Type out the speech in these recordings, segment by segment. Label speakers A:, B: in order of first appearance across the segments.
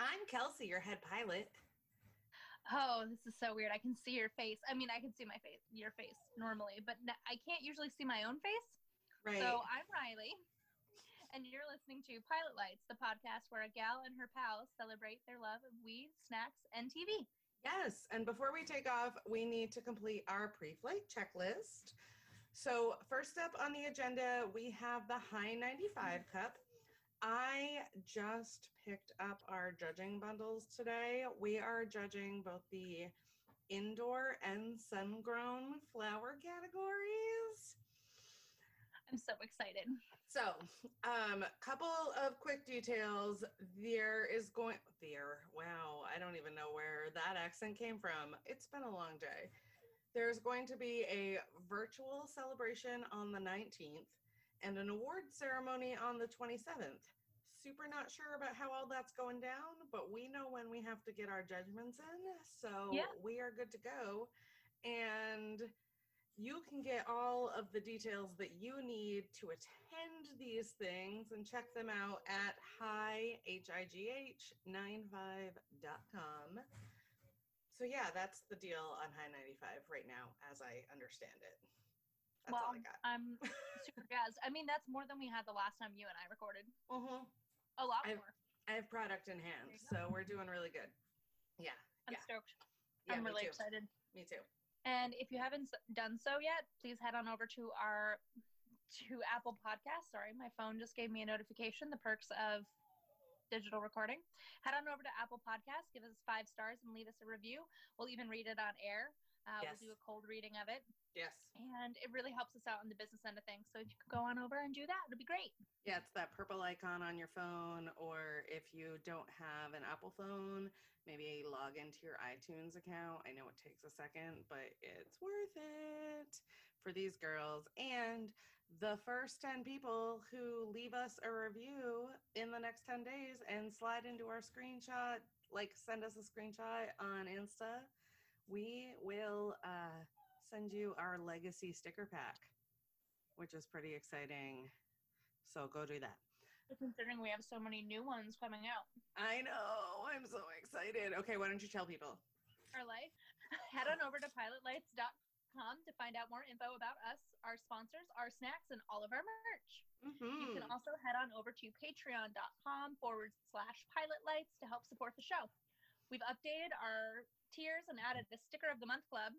A: I'm Kelsey, your head pilot.
B: Oh, this is so weird. I can see your face. I mean, I can see my face, your face normally, but n- I can't usually see my own face.
A: Right.
B: So I'm Riley, and you're listening to Pilot Lights, the podcast where a gal and her pals celebrate their love of weed, snacks, and TV.
A: yes. And before we take off, we need to complete our pre flight checklist. So, first up on the agenda, we have the High 95 Cup. I just picked up our judging bundles today. We are judging both the indoor and sun grown flower categories.
B: I'm so excited.
A: So, um, couple of quick details. There is going there. Wow, I don't even know where that accent came from. It's been a long day. There's going to be a virtual celebration on the 19th and an award ceremony on the 27th. Super not sure about how all that's going down, but we know when we have to get our judgments in. So
B: Yeah.
A: we are good to go. And you can get all of the details that you need to attend these things and check them out at hi, high95.com. So, yeah, that's the deal on High 95 right now, as I understand it. That's
B: well, um,
A: all I got.
B: I'm super jazzed. I mean, that's more than we had the last time you and I recorded.
A: Uh-huh.
B: A lot
A: I-
B: more.
A: I have product in
B: There
A: hand,
B: you
A: so we're doing really good. Yeah.
B: I'm
A: yeah.
B: stoked.
A: Yeah,
B: I'm
A: me
B: really
A: too.
B: excited.
A: Me too.
B: And if you haven't s- done so yet, please head on over to our to Apple Podcast. Sorry, my phone just gave me a notification. The perks of digital recording. Head on over to Apple Podcast, give us five stars, and leave us a review. We'll even read it on air. Uh,
A: Yes.
B: We'll do a cold reading of it,
A: Yes.
B: and it really helps us out on the business end of things. So if you could go on over and do that, it'd be great.
A: Yeah, it's that purple icon on your phone, or if you don't have an Apple phone, maybe log into your iTunes account. I know it takes a second, but it's worth it for these girls. And the first 10 people who leave us a review in the next 10 days and slide into our screenshot, like send us a screenshot on Insta, we will uh, send you our legacy sticker pack, which is pretty exciting. So go do that.
B: But considering we have so many new ones coming out,
A: I know. I'm so excited. Okay, why don't you tell people?
B: our life, head on over to pilotlights.com to find out more info about us, our sponsors, our snacks, and all of our merch. You
A: Mhm.
B: can also head on over to patreon.com forward slash pilotlights to help support the show. We've updated our tiers and added the sticker of the month club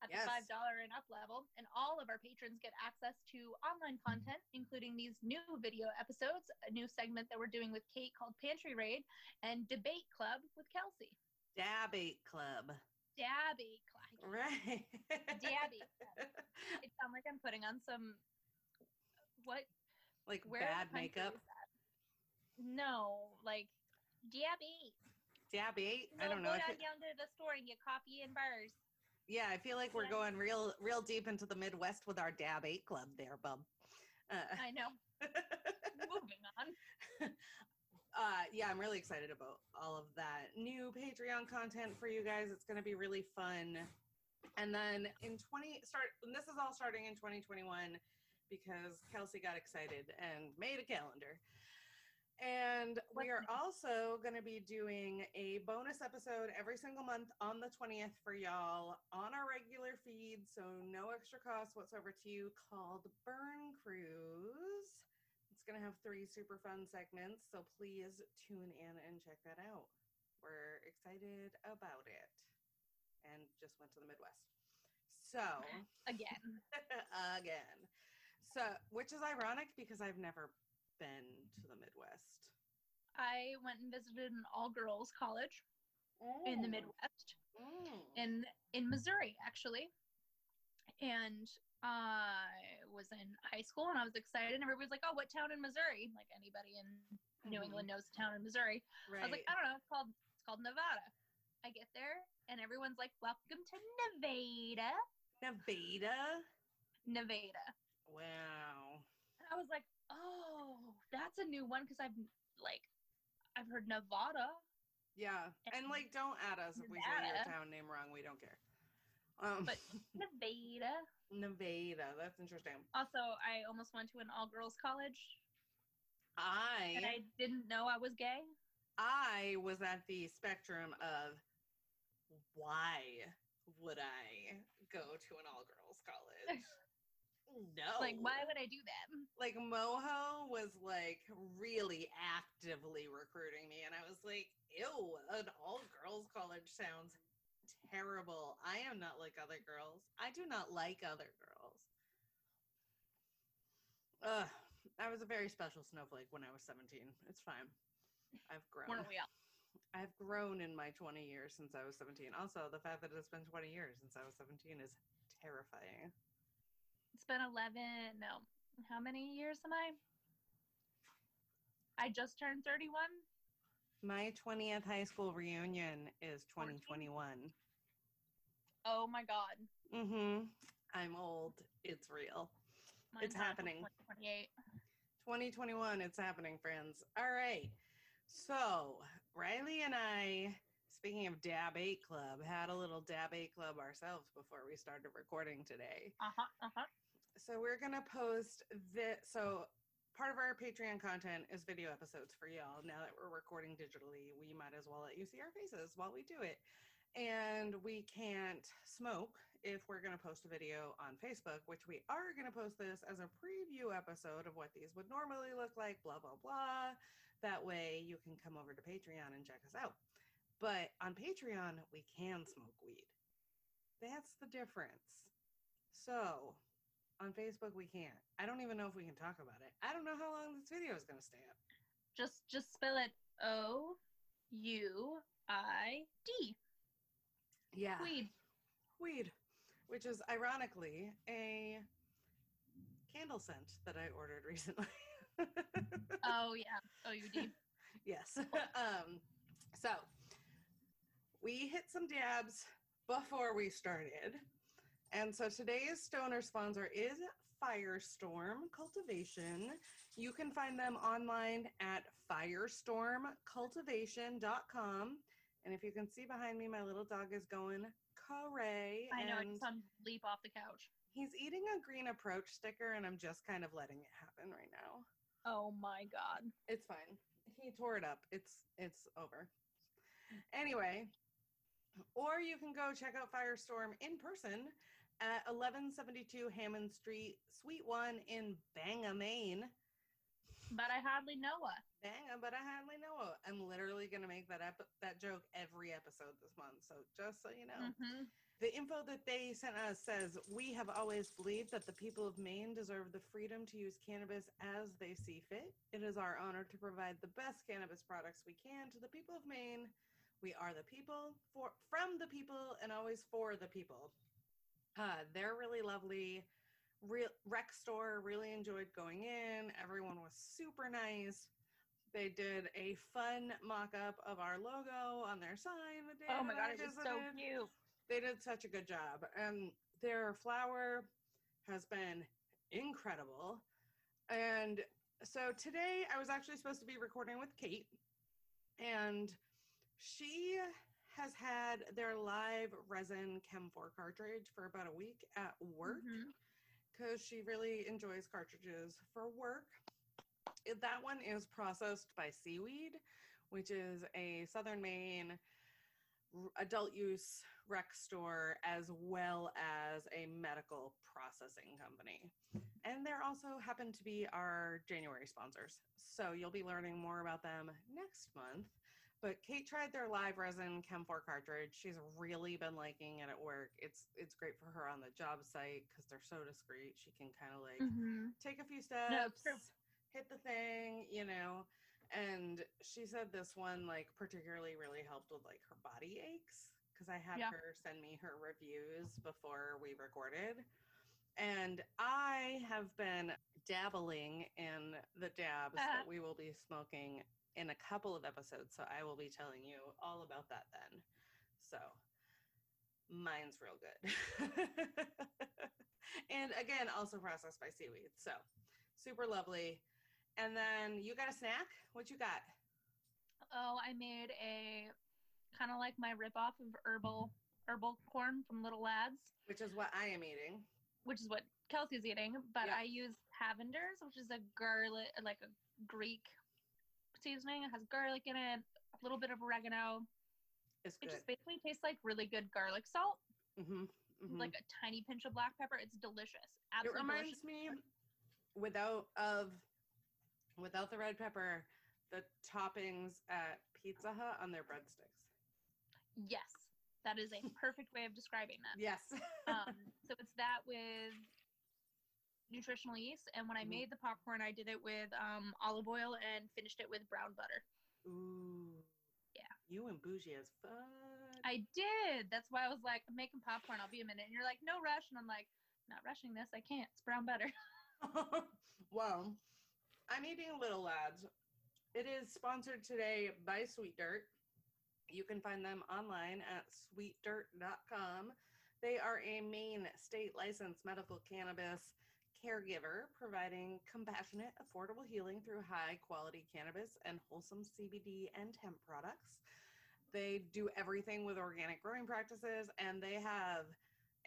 B: at the
A: Yes.
B: $5 and up level, and all of our patrons get access to online content, including these new video episodes, a new segment that we're doing with Kate called Pantry Raid, and Debate Club with Kelsey.
A: Dabbate Club.
B: Dabby Club.
A: Right.
B: Dabby. It sounds like I'm putting on some what
A: like
B: where
A: bad
B: in the country
A: makeup.
B: is that? No, like Dabby.
A: Dabbate.
B: No
A: I don't know.
B: Go
A: I
B: down,
A: feel-
B: down to the store and get coffee and bars.
A: yeah, I feel like we're
B: Yeah.
A: going real, real deep into the Midwest with our Dabbate Club there, bub. Uh,
B: I know. Moving on.
A: uh, yeah, I'm really excited about all of that new Patreon content for you guys. It's going to be really fun. And then in 20 start and this is all starting in 2021 because Kelsey got excited and made a calendar. And we are also going to be doing a bonus episode every single month on the 20th for y'all on our regular feed. So, no extra cost whatsoever to you, called Burn Cruise. It's going to have three super fun segments. So, please tune in and check that out. We're excited about it and just went to the Midwest. So,
B: Again.
A: again. So, which is ironic because I've never been to the Midwest.
B: I went and visited an all girls college in the Midwest
A: Mm.
B: in in Missouri actually. And I was in high school and I was excited and everybody was like, Oh, what town in Missouri? Like anybody in New
A: Mhm.
B: England knows a town in Missouri.
A: right.
B: I was like, "Oh." I don't know, it's called it's called Nevada. I get there and everyone's like, Welcome to Nevada.
A: Nevada.
B: Nevada.
A: Wow.
B: And I was like, oh, that's a new one because I've like, I've heard Nevada.
A: Yeah. And like, don't add us if we say your
B: Nevada.
A: town name wrong. We don't care. Um,
B: But- Nevada.
A: Nevada. That's interesting.
B: Also, I almost went to an all girls college
A: I
B: and I didn't know I was gay.
A: I was at the spectrum of why would I go to an all girls college? no.
B: Like, why would I do that?
A: Like, Moho was like really actively recruiting me, and I was like, ew, an all girls college sounds terrible. I am not like other girls. I do not like other girls. Ugh. I was a very special snowflake when I was 17. It's fine. I've grown.
B: Weren't we all?
A: I've grown in my 20 years since I was 17. Also, the fact that it's been 20 years since I was 17 is terrifying.
B: It's been 11. No. How many years am I? I just turned 31.
A: My 20th high school reunion is
B: 14?
A: 2021.
B: Oh my God.
A: Mm-hmm. I'm old. It's real. It's
B: happened
A: happening.
B: 28.
A: 2021, it's happening, friends. All right. So, Riley and I, speaking of Dab 8 Club, had a little Dab 8 Club ourselves before we started recording today.
B: Uh huh. Uh huh.
A: So we're gonna post the so part of our Patreon content is video episodes for y'all. Now that we're recording digitally, we might as well let you see our faces while we do it. And we can't smoke if we're gonna post a video on Facebook, which we are gonna post this as a preview episode of what these would normally look like, blah blah blah. That way you can come over to Patreon and check us out. But on Patreon, we can smoke weed. That's the difference. So on Facebook, we can't. I don't even know if we can talk about it. I don't know how long this video is going to stay up.
B: Just just spell it O U I D.
A: Yeah.
B: Weed.
A: Weed, which is ironically a candle scent that I ordered recently.
B: Oh yeah. O U D.
A: yes. um, so we hit some dabs before we started. And so today's stoner sponsor is Firestorm Cultivation. You can find them online at firestormcultivation.com. And if you can see behind me, my little dog is going cray.
B: I know. I
A: and
B: just saw him leap off the couch.
A: He's eating a green approach sticker, and I'm just kind of letting it happen right now.
B: Oh my God.
A: It's fine. He tore it up. It's it's over. Anyway, or you can go check out Firestorm in person at 1172 Hammond Street, Suite 1 in Bangor, Maine.
B: But I hardly know her.
A: Bangor, but I hardly know. it. I'm literally going to make that up that joke every episode this month. So just so you know.
B: Mhm.
A: The info that they sent us says we have always believed that the people of Maine deserve the freedom to use cannabis as they see fit. It is our honor to provide the best cannabis products we can to the people of Maine. We are the people for from the people and always for the people. Uh, they're really lovely. Real rec store really enjoyed going in. Everyone was super nice. They did a fun mock up of our logo on their sign. that
B: Oh
A: Dan
B: my
A: and I
B: God. It was so
A: visited
B: cute.
A: they did such a good job. And their flower has been incredible. And so today I was actually supposed to be recording with Kate, and she has had their live resin Chem 4 cartridge for about a week at work
B: Mhm.
A: because she really enjoys cartridges for work. It- That one is processed by Seaweed, which is a Southern Maine r- adult use rec store as well as a medical processing company. And they're also happen to be our January sponsors. So you'll be learning more about them next month. But Kate tried their live resin Chem 4 cartridge. She's really been liking it at work. It's it's great for her on the job site because they're so discreet. She can kind of like
B: Mhm.
A: um, take a few
B: No,
A: steps,
B: it's true.
A: hit the thing, you know. And she said this one like particularly really helped with like her body aches because I had
B: Yeah.
A: her send me her reviews before we recorded. And I have been dabbling in the dabs that
B: Uh-huh.
A: we will be smoking in a couple of episodes. So I will be telling you all about that then. So mine's real good. and again, also processed by seaweed. So super lovely. And then you got a snack? What you got?
B: Oh, I made a kind of like my ripoff of herbal herbal corn from Little Lads,
A: Which is what I am eating.
B: which is what Kelsey's eating. But
A: Yeah.
B: I used Havender's, which is a garlic, like a Greek seasoning. It has garlic in it, a little bit of oregano.
A: It's
B: It
A: good.
B: just basically tastes like really good garlic salt,
A: hmm
B: like a tiny pinch of black pepper. It's delicious.
A: it
B: Absolutely
A: reminds
B: delicious.
A: me without of without the red pepper, the toppings at Pizza Hut on their breadsticks.
B: Yes, that is a perfect way of describing that.
A: Yes.
B: um, so it's that with nutritional yeast. And when I
A: Mhm.
B: made the popcorn, I did it with um, olive oil and finished it with brown butter.
A: Ooh.
B: Yeah.
A: You and bougie as fuck.
B: I did. That's why I was like, I'm making popcorn. I'll be a minute. And you're like, no rush. And I'm like, not rushing this. I can't. It's brown butter.
A: well, I'm eating Little Labs. It is sponsored today by Sweet Dirt. You can find them online at sweetdirt.com. They are a Maine state licensed medical cannabis caregiver providing compassionate, affordable healing through high quality cannabis and wholesome CBD and hemp products. They do everything with organic growing practices and they have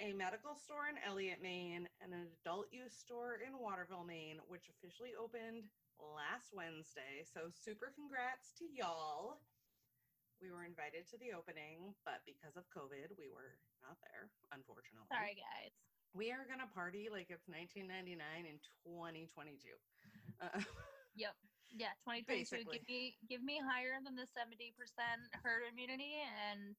A: a medical store in Elliott, Maine, and an adult use store in Waterville, Maine, which officially opened last Wednesday. So, super congrats to y'all. We were invited to the opening, but because of COVID, we were not there, unfortunately.
B: Sorry, guys.
A: We are going to party like it's 1999 in 2022. Uh,
B: Yep. Yeah, 2022.
A: Basically.
B: Give me, give me higher than the 70% herd immunity, and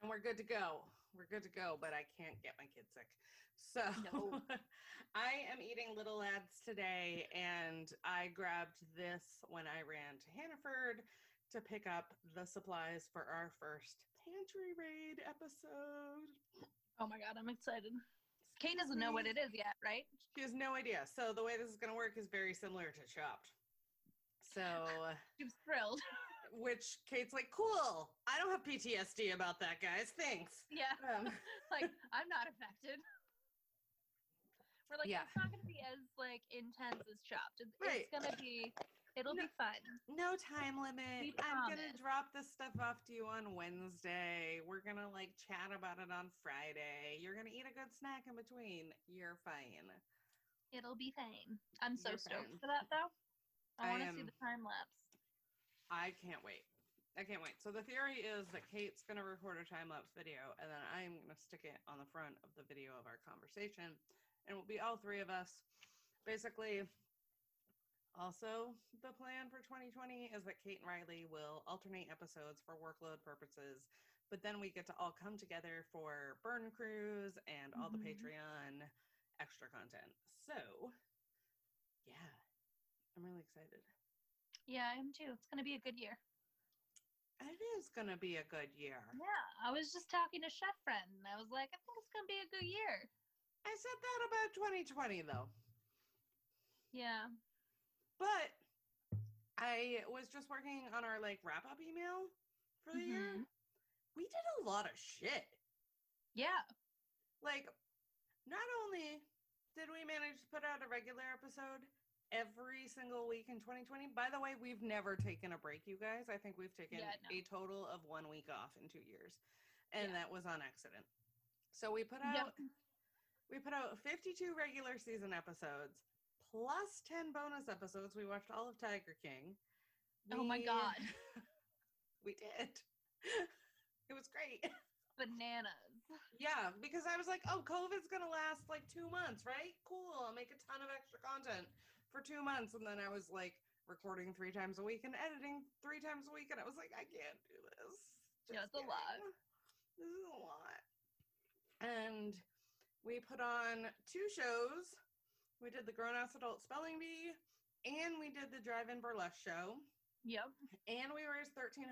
A: and we're good to go. We're good to go, but I can't get my kids sick. So
B: No.
A: I am eating Little Lads today, and I grabbed this when I ran to Hannaford to pick up the supplies for our first pantry raid episode.
B: oh my god, I'm excited. Kate doesn't know what it is yet, right?
A: She has no idea. So the way this is going to work is very similar to Chopped. So.
B: She was thrilled.
A: which Kate's like, cool. I don't have PTSD about that, guys. Thanks.
B: yeah.
A: Um,
B: like I'm not affected. We're like,
A: Yeah.
B: it's not gonna be as like intense as chopped. It's,
A: Right.
B: it's gonna be, it'll
A: No.
B: be fun.
A: no time limit.
B: We
A: I'm gonna
B: promise.
A: drop this stuff off to you on Wednesday. We're gonna like chat about it on Friday. You're gonna eat a good snack in between. You're fine.
B: It'll be fine. I'm so
A: You're
B: stoked
A: fine.
B: for that though. I
A: I
B: want to see
A: am-
B: the time lapse.
A: I can't wait. I can't wait. So the theory is that Kate's gonna record a time lapse video, and then I am gonna stick it on the front of the video of our conversation, and it'll be all three of us. Basically, also the plan for 2020 is that Kate and Riley will alternate episodes for workload purposes, but then we get to all come together for burn crews and all the
B: Mhm.
A: Patreon extra content. So, yeah, I'm really excited.
B: Yeah, I am too. It's gonna be a good year.
A: It is gonna be a good year.
B: Yeah, I was just talking to Chef Friend, and I was like, I think it's gonna be a good year.
A: I said that about 2020 though.
B: Yeah.
A: But I was just working on our like wrap up email for the year. We did a lot of shit.
B: Yeah.
A: Like, not only did we manage to put out a regular episode every single week in 2020, by the way, we've never taken a break, you guys. I think we've taken
B: Yeah, no.
A: a total of one week off in two years, and
B: Yeah.
A: that was on accident. So we put out
B: Yep.
A: We put out 52 regular season episodes plus 10 bonus episodes. We watched all of Tiger King.
B: Oh my
A: We-
B: God.
A: We did. It was great.
B: Bananas.
A: Yeah, because I was like, oh, COVID's going to last like two months, right? Cool. I'll make a ton of extra content for two months. And then I was like recording three times a week and editing three times a week. And I was like, I can't do this.
B: Yeah,
A: Just
B: it's a lot.
A: kidding. This is a lot. And we put on two shows. We did the Grown Ass Adult Spelling Bee and we did the Drive In Burlesque show.
B: Yep.
A: And we raised $1,300.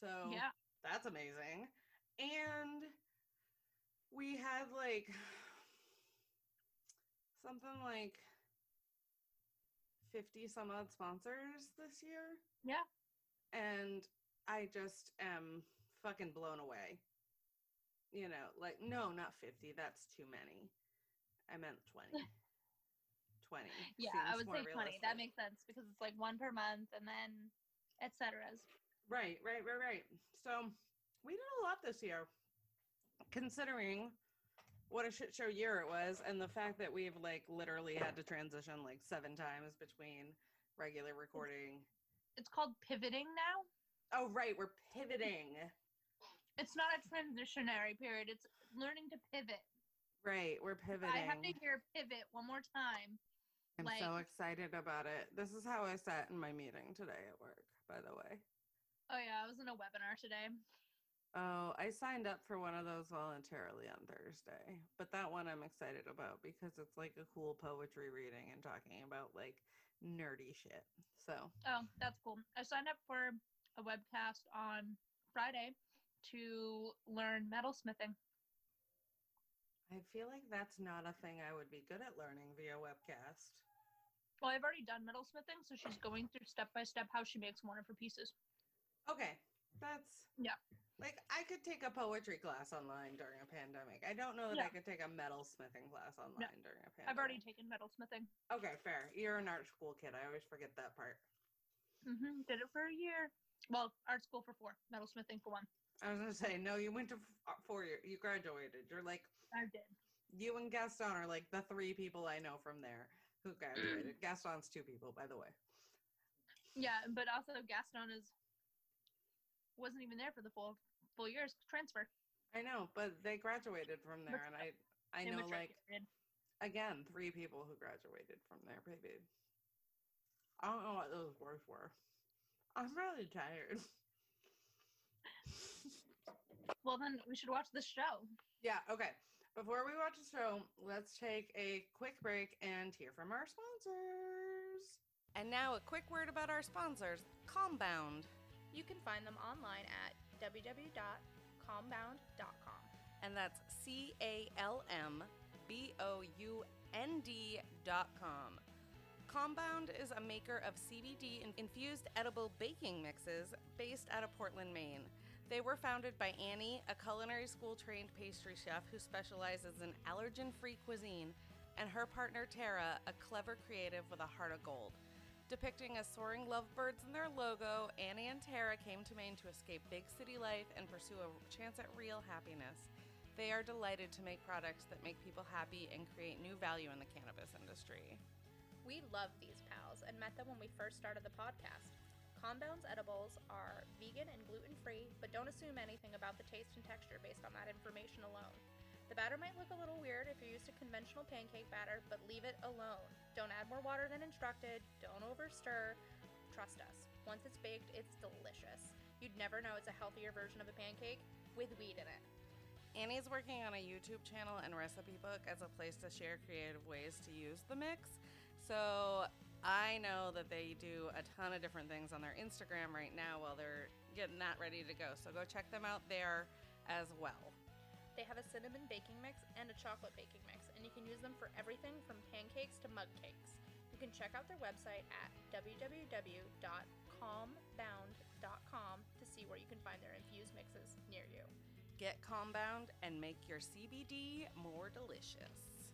A: So
B: Yeah.
A: that's amazing. And we had like something like 50 some odd sponsors this year.
B: Yeah.
A: And I just am fucking blown away. You know, like,
B: Mm.
A: no, not 50. That's too many. I meant 20. 20.
B: Yeah, I
A: seems
B: would
A: more
B: say 20.
A: realistic.
B: That makes sense because it's like one per month and then et cetera's.
A: Right, right, right, right. So we did a lot this year, considering what a shit show year it was, and the fact that we've like literally had to transition like seven times between regular recording.
B: It's called pivoting now.
A: Oh, right. We're pivoting.
B: It's not a transitionary period. It's learning to pivot.
A: Right. We're pivoting.
B: I have to hear pivot one more time.
A: I'm
B: like-
A: so excited about it. This is how I sat in my meeting today at work, by the way.
B: Oh yeah, I was in a webinar today.
A: Oh, I signed up for one of those voluntarily on Thursday, but that one I'm excited about because it's like a cool poetry reading and talking about like nerdy shit. So,
B: Oh, that's cool. I signed up for a webcast on Friday to learn metalsmithing.
A: I feel like that's not a thing I would be good at learning via webcast.
B: Well, I've already done metalsmithing, so she's going through step by step how she makes one of her pieces.
A: Okay, that's
B: Yeah.
A: Like I could take a poetry class online during a pandemic. I don't know that I
B: Yeah.
A: could take a metalsmithing class online during a pandemic.
B: I've already taken metalsmithing.
A: Okay, fair. You're an art school kid. I always forget that part.
B: hmm Did it for a year. Well, art school for four, metalsmithing for one.
A: I was gonna say no. You went to f- uh, four year. You graduated. You're like
B: I did.
A: you and Gaston are like the three people I know from there who graduated. Gaston's two people, by the way.
B: Yeah, but also Gaston is wasn't even there for the full full years transfer.
A: I know, but they graduated from there, and I I know
B: Immature
A: like
B: period.
A: again three people who graduated from there, baby. I don't know what those words were. I'm really tired.
B: Well, then we should watch the show.
A: yeah. Okay. Before we watch the show, let's take a quick break and hear from our sponsors. And now a quick word about our sponsors, Compound.
C: You can find them online at www.combound.com.
A: and that's C A L M B O U N D dot com. Compound is a maker of CBD in- infused edible baking mixes based out of Portland, Maine. They were founded by Annie, a culinary school trained pastry chef who specializes in allergen free cuisine, and her partner Tara, a clever creative with a heart of gold. Depicting as soaring lovebirds in their logo, Annie and Tara came to Maine to escape big city life and pursue a chance at real happiness. They are delighted to make products that make people happy and create new value in the cannabis industry.
C: We love these pals and met them when we first started the podcast. Combound's edibles are vegan and gluten free, but don't assume anything about the taste and texture based on that information alone. The batter might look a little weird if you're used to conventional pancake batter, but leave it alone. Don't add more water than instructed, don't overstir. Trust us, once it's baked, it's delicious. You'd never know it's a healthier version of a pancake with weed in it.
A: Annie's working on a YouTube channel and recipe book as a place to share creative ways to use the mix. So I know that they do a ton of different things on their Instagram right now while they're getting that ready to go. So go check them out there as well.
C: They have a cinnamon baking mix and a chocolate baking mix, and you can use them for everything from pancakes to mug cakes. You can check out their website at www.calmbound.com to see where you can find their infused mixes near you.
A: Get Compound and make your CBD more delicious.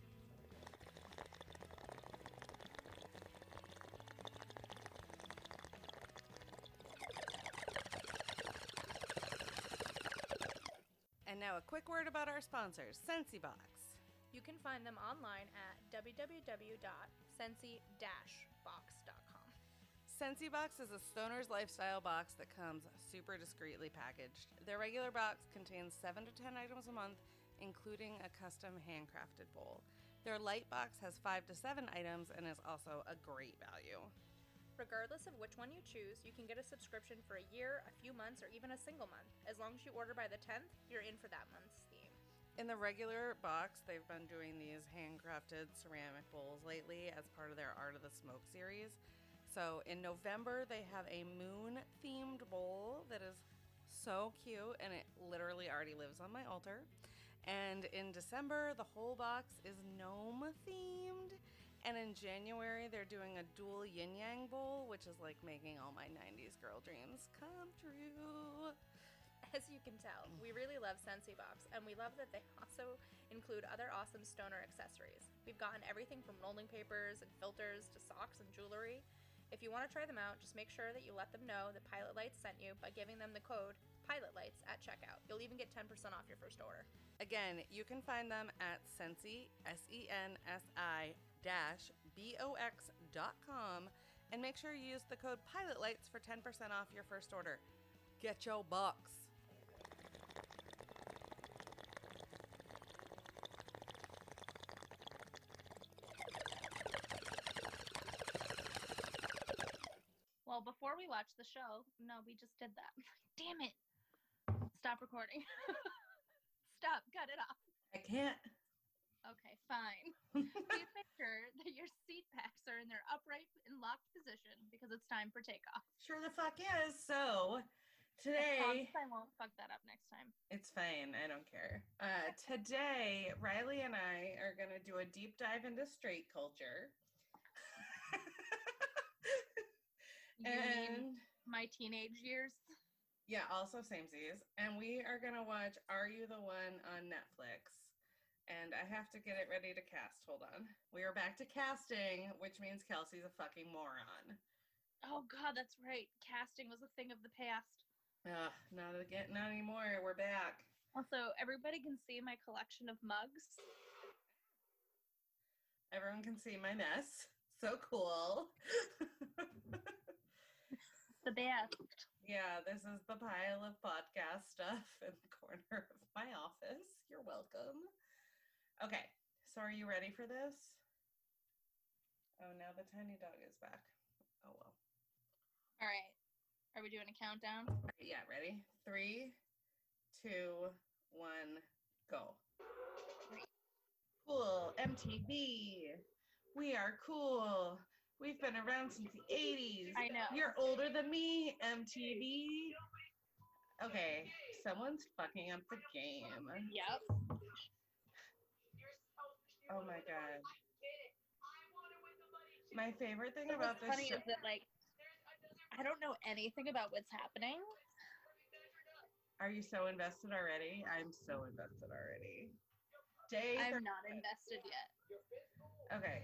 A: And now a quick word about our sponsors, SensiBox.
C: You can find them online at www.sensi-box.com.
A: SensiBox is a stoner's lifestyle box that comes super discreetly packaged. Their regular box contains 7 to 10 items a month, including a custom handcrafted bowl. Their light box has 5 to 7 items and is also a great value.
C: Regardless of which one you choose, you can get a subscription for a year, a few months, or even a single month. As long as you order by the 10th, you're in for that month's theme.
A: In the regular box, they've been doing these handcrafted ceramic bowls lately as part of their Art of the Smoke series. So in November, they have a moon themed bowl that is so cute and it literally already lives on my altar. And in December, the whole box is gnome themed. And in January, they're doing a dual yin yang bowl, which is like making all my 90s girl dreams come true.
C: As you can tell, we really love Sensi Box, and we love that they also include other awesome stoner accessories. We've gotten everything from rolling papers and filters to socks and jewelry. If you want to try them out, just make sure that you let them know that Pilot Lights sent you by giving them the code Pilot Lights at checkout. You'll even get 10% off your first order.
A: Again, you can find them at Sensi, S E N S I dash B O X dot com. And make sure you use the code PILOTLIGHTS for 10% off your first order.
D: Get your box.
B: Well, before we watch the show, no, we just did that. Damn it. Stop recording. Stop. Cut it off.
A: I can't.
B: Okay, fine. Please make sure that your seat backs are in their upright and locked position because it's time for takeoff.
A: Sure the fuck is. So
B: I
A: today
B: promise I won't fuck that up next time.
A: it's fine. I don't care. Uh, today Riley and I are gonna do a deep dive into straight culture.
B: You
A: and
B: mean my teenage years?
A: yeah, also samesies. And we are gonna watch Are You the One on Netflix. And I have to get it ready to cast. Hold on. We are back to casting, which means Kelsey's a fucking moron.
B: Oh god, that's right. Casting was a thing of the past.
A: Ugh, not again, not anymore. We're back.
B: Also, everybody can see my collection of mugs.
A: Everyone can see my mess. So cool.
B: The best.
A: yeah, this is the pile of podcast stuff in the corner of my office. You're welcome. Okay, so are you ready for this? Oh, now the tiny dog is back. Oh, well.
B: All right. Are we doing a countdown?
A: Yeah, ready? Three, two, one, go. Cool, MTV. We are cool. We've been around since the 80s.
B: I know.
A: You're older than me, MTV. Okay, someone's fucking up the game.
B: Yep.
A: Oh my god. My favorite thing about
B: What's
A: this
B: funny
A: show.
B: is that like I don't know anything about what's happening.
A: Are you so invested already? I'm so invested already. Day
B: I'm not invested yet.
A: Okay.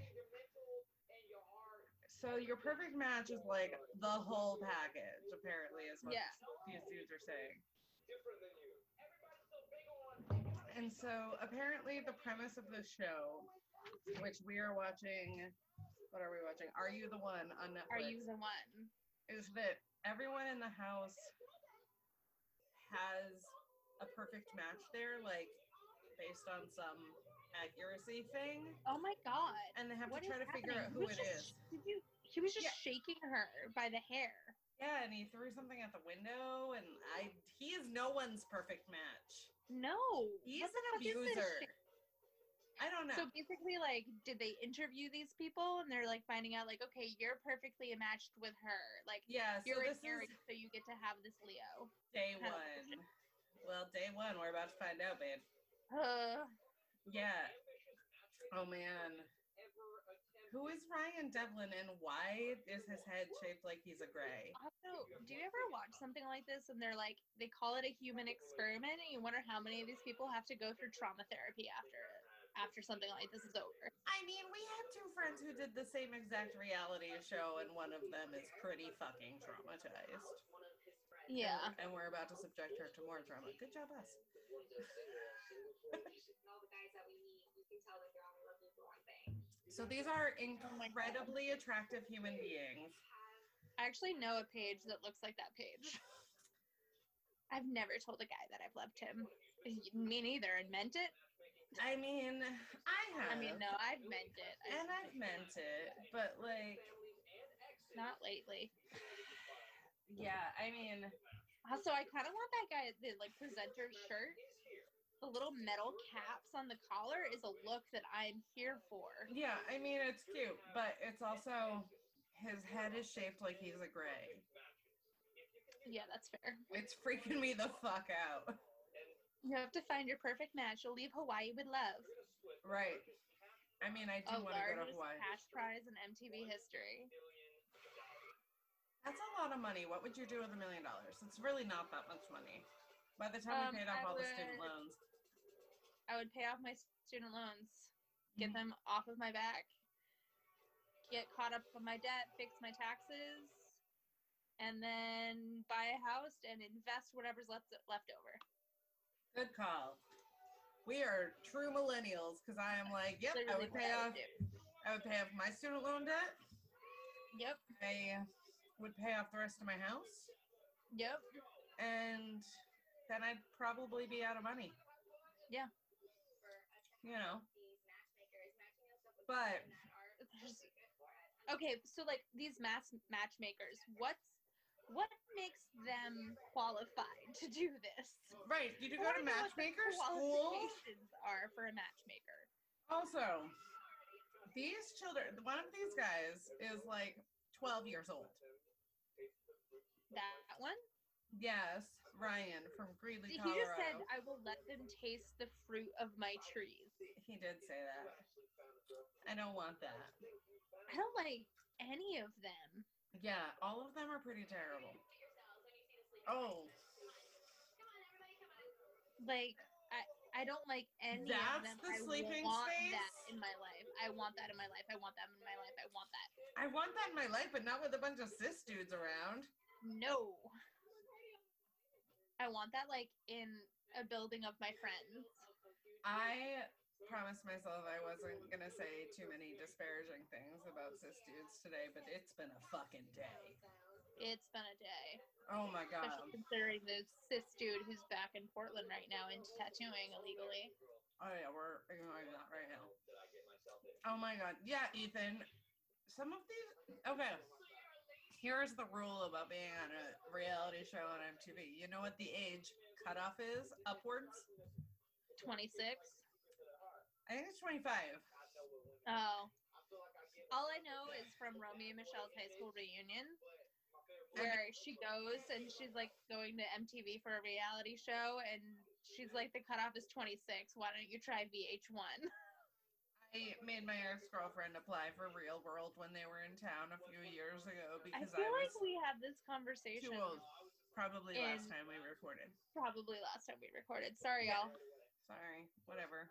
A: So your perfect match is like the whole package, apparently, is what
B: Yeah.
A: these dudes are saying. And so apparently the premise of the show, which we are watching, what are we watching? Are you the one on Netflix?
B: Are you the one?
A: is that everyone in the house has a perfect match there, like based on some accuracy thing,
B: Oh my god.
A: and they have
B: What
A: to
B: is
A: try to figure out who
B: happening? He was
A: it
B: just-
A: is.
B: Did you he was just
A: Yeah.
B: shaking her by the hair.
A: Yeah, and he threw something at the window, and I he is no one's perfect match.
B: No.
A: He is
B: what the
A: an
B: fuck is this
A: abuser.
B: shit?
A: I don't know.
B: So basically, like, did they interview these people and they're like finding out, like, okay, you're perfectly matched with her. Like,
A: yeah, so
B: you're
A: this
B: a Harry,
A: is
B: so you get to have this Leo.
A: day
B: kind of
A: one. Well, day one, we're about to find out, babe.
B: Uh,
A: Yeah. Oh man. Who is Ryan Devlin and why is his head shaped like he's a gray?
B: also, do you ever watch something like this and they're like, they call it a human experiment, and you wonder how many of these people have to go through trauma therapy after it, after something like this is over.
A: I mean, we had two friends who did the same exact reality show, and one of them is pretty fucking traumatized.
B: Yeah.
A: And we're about to subject her to more trauma. Good job, us. So these are incredibly attractive human beings.
B: I actually know a page that looks like that page. I've never told a guy that I've loved him. Me neither, and meant it.
A: I mean, I have.
B: I mean, no, I've meant it. I-
A: And I've meant it, but like,
B: not lately.
A: yeah, I mean,
B: Also, I kind of want that guy, the like presenter shirt. The little metal caps on the collar is a look that I'm here for.
A: yeah, I mean, it's cute, but it's also his head is shaped like he's a gray.
B: Yeah, that's fair.
A: It's freaking me the fuck out.
B: You have to find your perfect match. You'll leave Hawaii with love.
A: Right. I mean, I
B: A
A: do want to go to
B: largest
A: Hawaii.
B: cash prize in MTV history.
A: That's a lot of money. What would you do with a million dollars? It's really not that much money. By the time
B: Um,
A: we paid off
B: I
A: all the student
B: would-
A: loans,
B: I would pay off my student loans, get
A: Mm-hmm.
B: them off of my back, get caught up on my debt, fix my taxes, and then buy a house and invest whatever's left left over.
A: good call. We are true millennials because I am like, yep, I
B: Literally
A: would
B: what
A: pay
B: I
A: off.
B: would do.
A: I would pay off my student loan debt.
B: Yep.
A: I would pay off the rest of my house.
B: Yep.
A: and then I'd probably be out of money.
B: Yeah.
A: You know. But
B: Just- okay so like these mass matchmakers what's what makes them qualified to do this
A: right, you do
B: I
A: go to
B: wanna know what the
A: matchmaker school.
B: qualifications are for a matchmaker
A: Also, these children, one of these guys is like 12 years old.
B: that one
A: Yes, Ryan from Greeley,
B: he
A: Colorado.
B: just said i will let them taste the fruit of my trees
A: he did say that. I don't want that.
B: i don't like any of them
A: Yeah, all of them are pretty terrible. Oh,
B: like i I don't like any of
A: That's
B: them.
A: the
B: I
A: sleeping
B: want that
A: space?
B: in my life. I want that in my life. I want that in my life. I want that.
A: I want that in my life, but not with a bunch of cis dudes around.
B: No. I want that like in a building of my friends.
A: I promised myself I wasn't gonna say too many disparaging things about cis dudes today, but it's been a fucking day.
B: It's been a day.
A: Oh my god.
B: Especially considering the cis dude who's back in Portland right now and tattooing illegally.
A: Oh yeah, we're ignoring that right now. Oh my god. Yeah, Ethan. Some of these okay. Here's the rule about being on a reality show on MTV. You know what the age cutoff is? Upwards?
B: 26.
A: I think it's 25.
B: Oh. All I know is from Romeo and Michelle's high school reunion where she goes and she's like going to MTV for a reality show and she's like the cutoff is 26. Why don't you try VH1?
A: I made my ex girlfriend apply for Real World when they were in town a few years ago
B: I
A: because I,
B: feel like
A: was
B: we had this conversation
A: too old. Probably last
B: in-
A: time we recorded.
B: probably last time we recorded. Sorry,
A: Yeah.
B: y'all.
A: Sorry, whatever.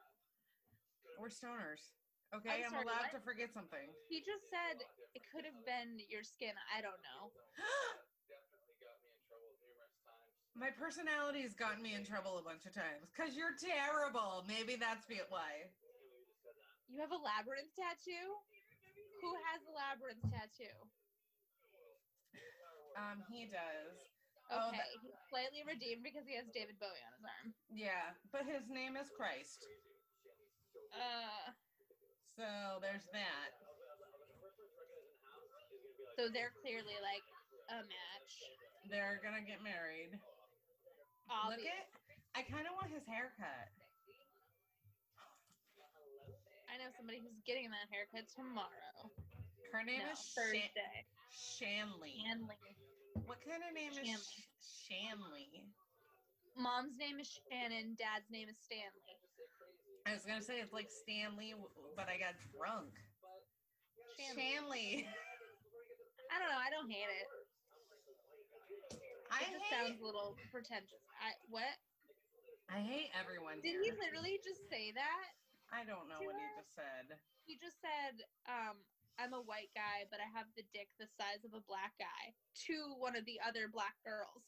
A: We're stoners. Okay,
B: I'm
A: I'm,
B: sorry,
A: allowed
B: what?
A: to forget something.
B: He just said it could have been your skin. I don't know.
A: My personality has gotten me in trouble a bunch of times because you're terrible. Maybe that's be- why.
B: You have a labyrinth tattoo? Who has a labyrinth tattoo?
A: Um, he does. Oh,
B: Okay, he's slightly redeemed because he has David Bowie on his arm.
A: Yeah, but his name is Christ.
B: Uh,
A: So there's that.
B: so they're clearly like a match.
A: They're gonna get married. Look
B: Obvious.
A: at. I kind of want his haircut.
B: I know somebody who's getting that haircut tomorrow.
A: Her name
B: No,
A: is Shan-
B: Thursday.
A: Shanley.
B: Hanley.
A: What kind of name is
B: Shanley.
A: Sh- Shanley?
B: Mom's name is Shannon. Dad's name is Stanley.
A: I was gonna say it's like Stanley, but I got drunk.
B: Shanley.
A: Shanley.
B: I don't know. I don't hate it.
A: I
B: It just
A: hate.
B: sounds a little pretentious. I what?
A: I hate everyone.
B: Did
A: here.
B: he literally just say that?
A: I don't know what he just said.
B: He just said, um, "I'm a white guy, but I have the dick the size of a black guy." To one of the other black girls.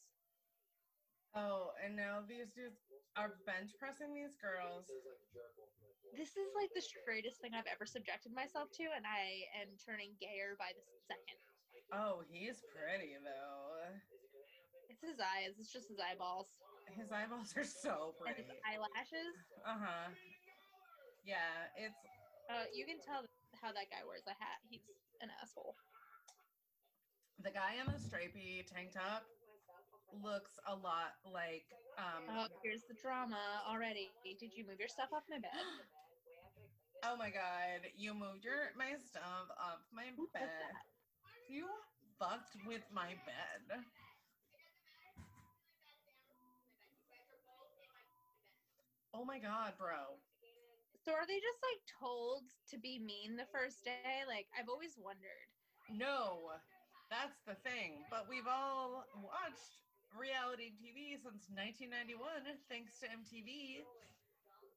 A: Oh, and now these dudes are bench pressing these girls.
B: This is like the straightest thing I've ever subjected myself to, and I am turning gayer by the second.
A: Oh, he's pretty though.
B: It's his eyes. It's just his eyeballs
A: His eyeballs are so
B: and
A: pretty.
B: his eyelashes.
A: Uh huh. Yeah, it's
B: Uh, you can tell how that guy wears a hat. He's an asshole.
A: the guy in the stripy tank top looks a lot like um
B: Oh, here's the drama already. Did you move your stuff off my bed?
A: Oh my god, you moved your my stuff off my
B: Who does
A: bed.
B: that?
A: You fucked with my bed. Oh my god, bro.
B: So are they just like told to be mean the first day? Like I've always wondered.
A: No, that's the thing. But we've all watched reality TV since 1991, thanks to MTV.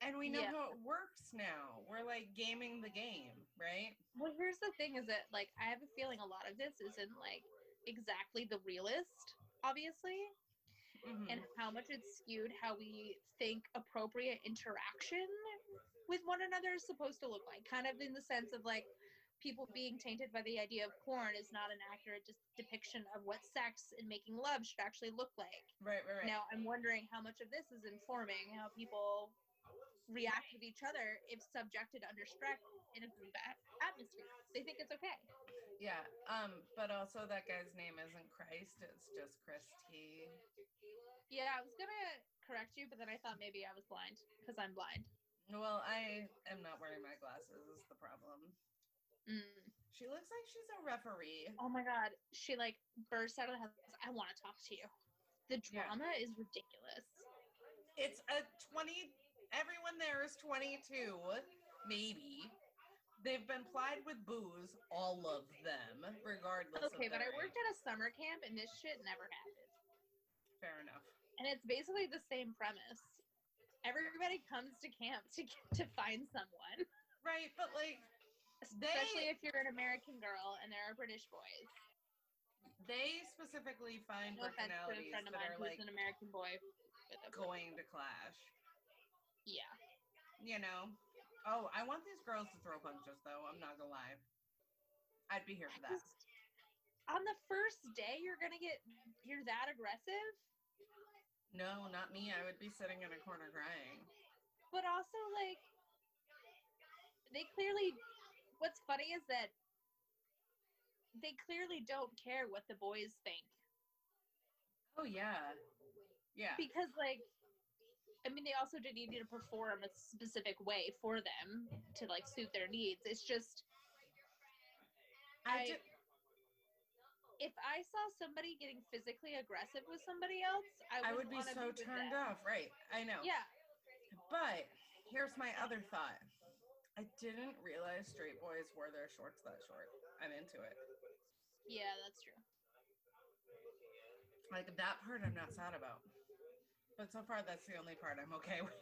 A: And we know
B: Yeah.
A: how it works now. We're like gaming the game, right?
B: Well, here's the thing: is that like I have a feeling a lot of this isn't like exactly the realist, obviously,
A: Mhm.
B: and how much it's skewed how we think appropriate interaction with one another is supposed to look like. Kind of in the sense of like people being tainted by the idea of porn is not an accurate dis- depiction of what sex and making love should actually look like.
A: Right, right, right.
B: Now, I'm wondering how much of this is informing how people react with each other if subjected under stress in a group at- atmosphere. They think it's okay.
A: Yeah. Um, but also that guy's name isn't Christ, it's just Christy.
B: Yeah, I was gonna correct you, but then I thought maybe I was blind because I'm blind.
A: Well, I am not wearing my glasses is the problem.
B: Mm.
A: She looks like she's a referee.
B: Oh my god, she like bursts out of the house. I want to talk to you. The
A: Yeah.
B: drama is ridiculous.
A: It's a 20 everyone there is 22 maybe. They've been plied with booze all of them regardless of
B: Okay, but I
A: their
B: worked
A: age.
B: at a summer camp and this shit never happened.
A: fair enough.
B: And it's basically the same premise. Everybody comes to camp to get, to find someone,
A: Right, but like
B: especially if you're an American girl and there are British boys.
A: they specifically find
B: No offense to a
A: personalities
B: friend of
A: that
B: mine
A: are
B: who's
A: like
B: an American boy. but a-
A: going to clash.
B: Yeah.
A: you know. Oh, I want these girls to throw punches though. I'm not gonna lie. I'd be here for that.
B: Just- on the first day, you're gonna get you're that aggressive,
A: No, not me. I would be sitting in a corner crying.
B: but also like they clearly. What's funny is that they clearly don't care what the boys think
A: Oh yeah, yeah,
B: because like. I mean, they also didn't need to perform a specific way for them to like suit their needs. It's just
A: I
B: I-
A: do.
B: if I saw somebody getting physically aggressive with somebody else, I,
A: I would be so turned off. Right, I know.
B: Yeah,
A: But here's my other thought. I didn't realize straight boys wore their shorts that short. I'm into it.
B: yeah, that's true.
A: Like that part, I'm not sad about. But so far, that's the only part I'm okay with.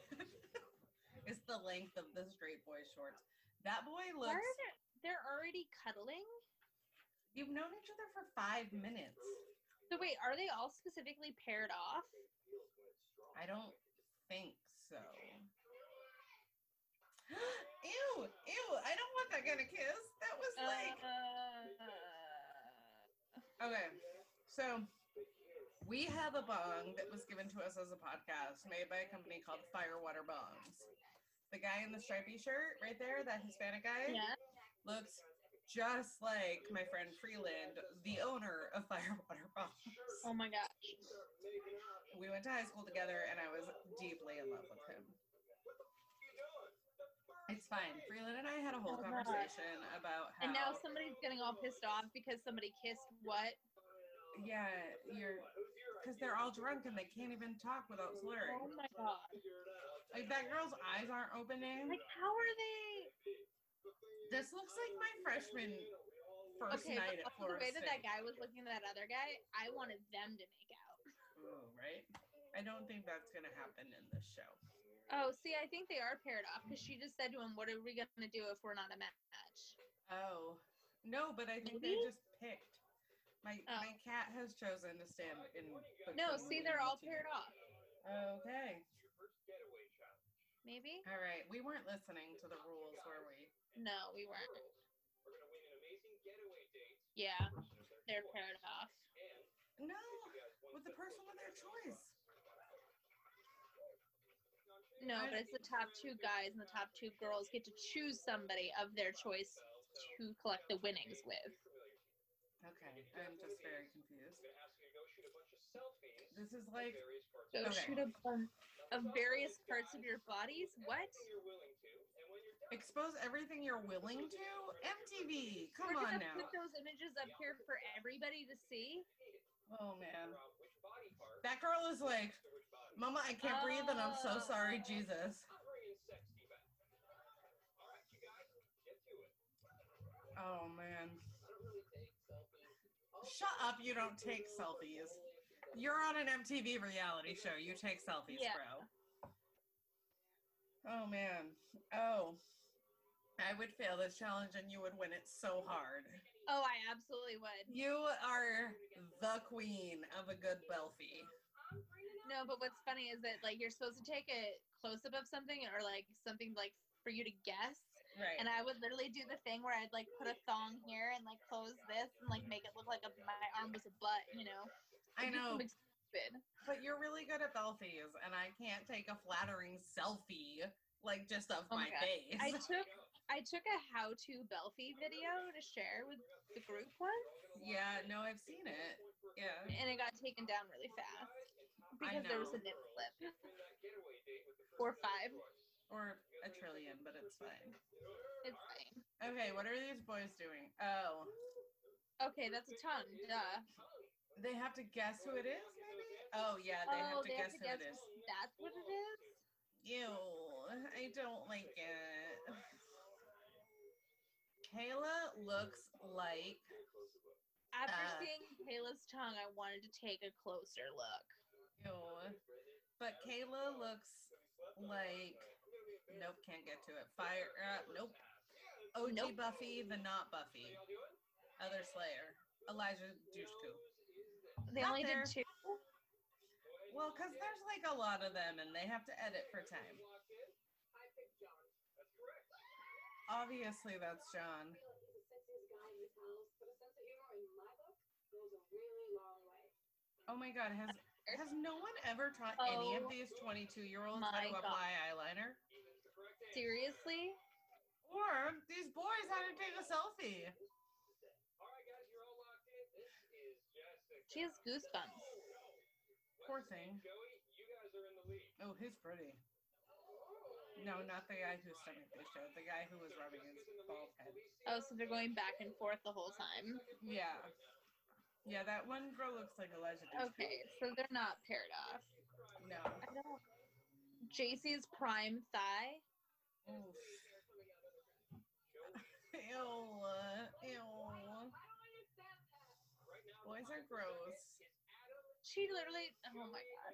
A: is the length of the straight boy shorts. That boy
B: Why
A: looks.
B: are they- they're already cuddling?
A: You've known each other for five minutes.
B: So wait, are they all specifically paired off?
A: I don't think so. ew, ew, I don't want that kind of kiss. That was like.
B: Uh,
A: Okay, so we have a bong that was given to us as a podcast made by a company called Firewater Bongs. The guy in the stripy shirt right there, that Hispanic guy,
B: yeah.
A: looks just like my friend Freeland, the owner of Firewater Bongs.
B: Oh my gosh.
A: we went to high school together and I was deeply in love with him. It's fine. Freeland and I had a whole
B: Oh, God.
A: conversation about how
B: And now somebody's getting all pissed off because somebody kissed what?
A: yeah, you're because they're all drunk and they can't even talk without
B: Oh
A: slurring.
B: my god.
A: Like that girl's eyes aren't opening.
B: Like how are they?
A: This looks like my freshman first
B: Okay,
A: night at
B: but also the
A: Florida
B: way that that
A: State.
B: guy was looking at that other guy, I wanted them to make out.
A: Ooh, right? I don't think that's gonna happen in this show.
B: Oh, see, I think they are paired off because she just said to him, "What are we gonna do if we're not a match?"
A: Oh no, but I think
B: Maybe?
A: they just picked. My
B: Oh.
A: my cat has chosen to stand in.
B: No, see, they're all
A: paired.
B: paired off.
A: Okay.
B: Maybe?
A: All right. We weren't listening to the rules, were we?
B: No, we weren't. Yeah, they're paired off.
A: No, with the person of their choice.
B: No, but it's the top two guys and the top two girls get to choose somebody of their choice to collect the winnings with.
A: Okay. I'm just very confused. This is like,
B: So
A: Okay.
B: shoot a bunch of various parts of your bodies. What?
A: expose everything you're willing to? MTV. Come
B: We're
A: on
B: gonna
A: now.
B: put those images up here for everybody to see.
A: Oh, man. That girl is like, Mama, I can't breathe and I'm
B: Oh.
A: so sorry, Jesus. Oh, man. Shut up. You don't take selfies. You're on an MTV reality show. You take selfies,
B: Yeah.
A: bro. Oh, man. Oh. I would fail this challenge and you would win it so hard.
B: Oh, I absolutely would.
A: You are the queen of a good belfie.
B: No, but what's funny is that like you're supposed to take a close up of something or like something like for you to guess,
A: Right.
B: And I would literally do the thing where I'd like put a thong here and like close this and like make it look like a, my arm was a butt, you know?
A: I know,
B: It's stupid.
A: but you're really good at selfies, and I can't take a flattering selfie like just of
B: Oh
A: my,
B: my God.
A: face.
B: I took I took a how to Belfie video to share with the group once,
A: yeah, no, I've seen it. Yeah.
B: and it got taken down really fast because there was a nip slip or five.
A: Or a trillion, but it's fine.
B: It's fine.
A: Okay, what are these boys doing? Oh,
B: Okay, that's a tongue. Duh.
A: they have to guess who it is, maybe? Oh, yeah, they have
B: oh,
A: to
B: they
A: guess
B: have to
A: who
B: guess
A: it is.
B: that's what it is.
A: Ew, I don't like it. Kayla looks like
B: After
A: Uh.
B: seeing Kayla's tongue, I wanted to take a closer look.
A: ew, but Kayla looks like nope, can't get to it. Fire, uh, nope. OG
B: Nope.
A: Buffy, the not Buffy, other Slayer, Elijah Dushku.
B: They
A: Not
B: only
A: there.
B: did two.
A: Well, because there's like a lot of them, and they have to edit for time. Obviously, that's John. Oh my God, has has no one ever taught any of
B: Oh
A: these 22 year olds how
B: my
A: to
B: God.
A: apply eyeliner?
B: Seriously?
A: Or these boys how to take a selfie?
B: She has goosebumps.
A: Poor thing. Oh, he's pretty. No, not the guy whose stomach they showed. The guy who was rubbing his bald head.
B: Oh, so they're going back and forth the whole time.
A: Yeah. Yeah, that one girl looks like Elijah. Dushku.
B: Okay, so they're not paired off.
A: No.
B: I don't. JC's prime thigh.
A: Oof. Ew. Ew. Boys are gross.
B: She literally. Oh my god.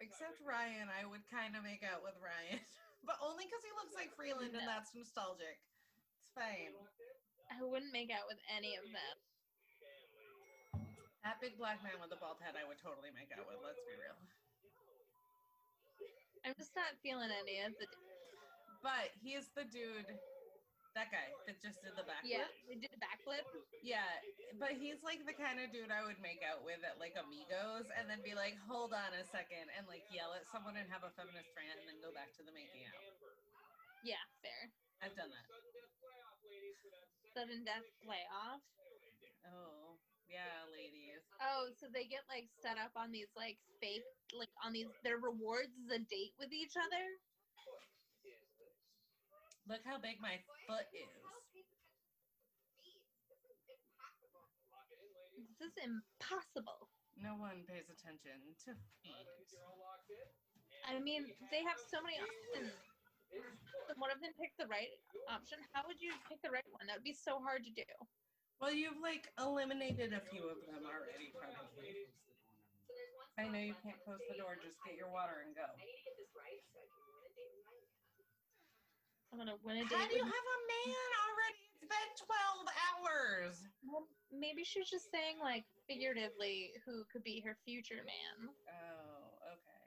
A: Except Ryan, I would kind of make out with Ryan, but only because he looks like Freeland and
B: No.
A: that's nostalgic. It's fine.
B: I wouldn't make out with any of them.
A: That big black man with the bald head, I would totally make out with. Let's be real.
B: I'm just not feeling any of the.
A: But he is the dude, that guy that just did the backflip.
B: Yeah, they did a backflip.
A: Yeah, but he's like the kind of dude I would make out with at like Amigos and then be like, hold on a second, and like yell at someone and have a feminist rant and then go back to the making out.
B: Yeah, fair.
A: I've done that.
B: Sudden death playoff.
A: Oh, yeah, ladies.
B: Oh, so they get like set up on these like fake, like on these. Their rewards is a date with each other.
A: Look how big my foot is.
B: This is impossible.
A: No one pays attention to feet.
B: I mean, they have so many options. And one of them picked the right option. How would you pick the right one? That would be so hard to do.
A: Well, you've like eliminated a few of them already, probably. I know you can't close the door, just get your water and go.
B: I'm gonna win a date.
A: How do you have
B: with-
A: a man already? It's been 12 hours.
B: Well, maybe she's just saying like figuratively who could be her future man.
A: Oh, okay.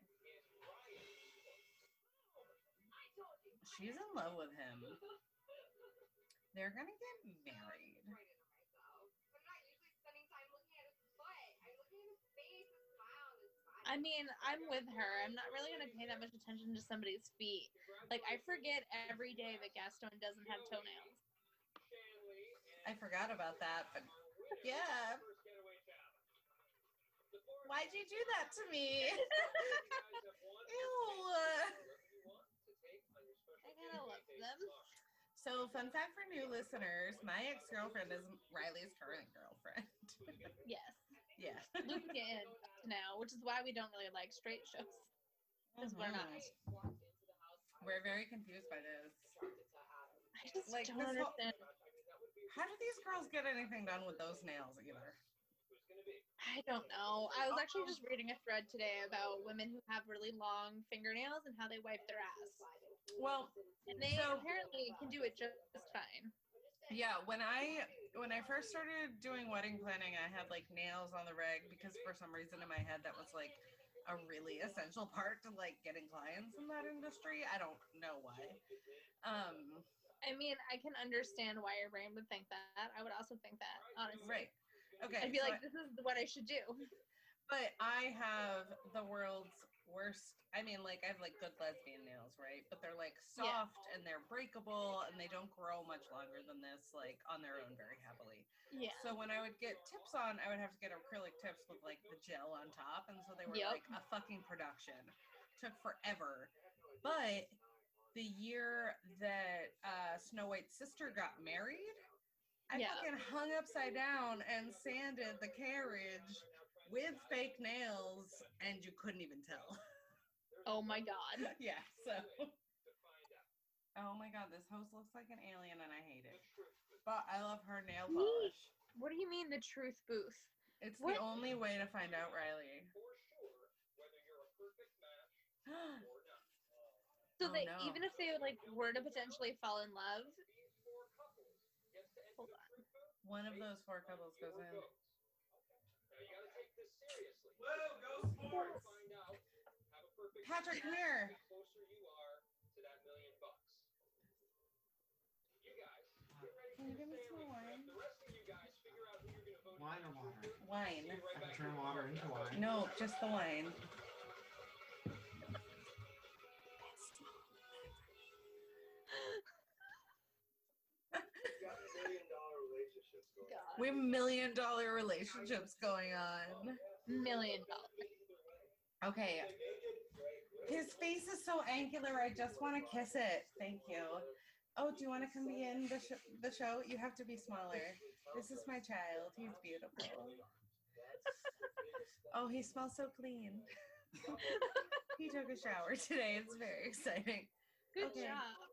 A: She's in love with him. They're gonna get married.
B: I mean, I'm with her. I'm not really gonna pay that much attention to somebody's feet. Like I forget every day that Gaston doesn't have toenails.
A: I forgot about that, but yeah. Why'd you do that to me? Ew.
B: I kinda love them.
A: So, fun fact for new listeners, my ex girlfriend is Riley's current girlfriend.
B: Yes.
A: yeah.
B: Lucan now, which is why we don't really like straight shows. Because we're not.
A: Mhm. We're very confused by this.
B: I just
A: Like,
B: don't
A: this whole-
B: understand.
A: How do these girls get anything done with those nails either?
B: I don't know. I was actually just reading a thread today about women who have really long fingernails and how they wipe their ass.
A: Well,
B: And they
A: So-
B: apparently can do it just fine.
A: yeah, when I when I first started doing wedding planning, I had like nails on the rag because for some reason in my head that was like a really essential part to like getting clients in that industry. I don't know why. Um,
B: I mean, I can understand why your brain would think that. I would also think that, honestly.
A: right. Okay.
B: I'd be
A: so
B: like, this is what I should do.
A: But I have the world's worst. I mean, like I have like good lesbian nails, right? But they're like
B: Yeah.
A: soft and they're breakable and they don't grow much longer than this, like on their own very heavily.
B: Yeah.
A: So when I would get tips on, I would have to get acrylic tips with like the gel on top, and so they were
B: Yep.
A: like a fucking production. Took forever, but the year that uh, Snow White's sister got married, I
B: Yeah.
A: fucking hung upside down and sanded the carriage with fake nails, and you couldn't even tell.
B: Oh my God.
A: yeah, so. Oh my god, this host looks like an alien, and I hate it. But I love her nail
B: Me.
A: polish.
B: What do you mean the truth booth?
A: It's
B: What-
A: the only way to find out, Riley.
B: So
A: Oh,
B: that
A: no.
B: even if they like were to potentially fall in love,
A: One of those four couples goes in. Patrick, come here. Can you give me some wine?
D: Wine or water?
A: Wine.
D: I can turn water into wine.
A: No, just the wine.
B: God,
A: We have million dollar relationships going on.
B: million dollars.
A: Okay. His face is so angular. I just want to kiss it. Thank you. Oh, do you want to come be in the, sh- the show? You have to be smaller. This is my child. He's beautiful. oh, he smells so clean. he took a shower today. It's very exciting.
B: Good
A: Okay.
B: job.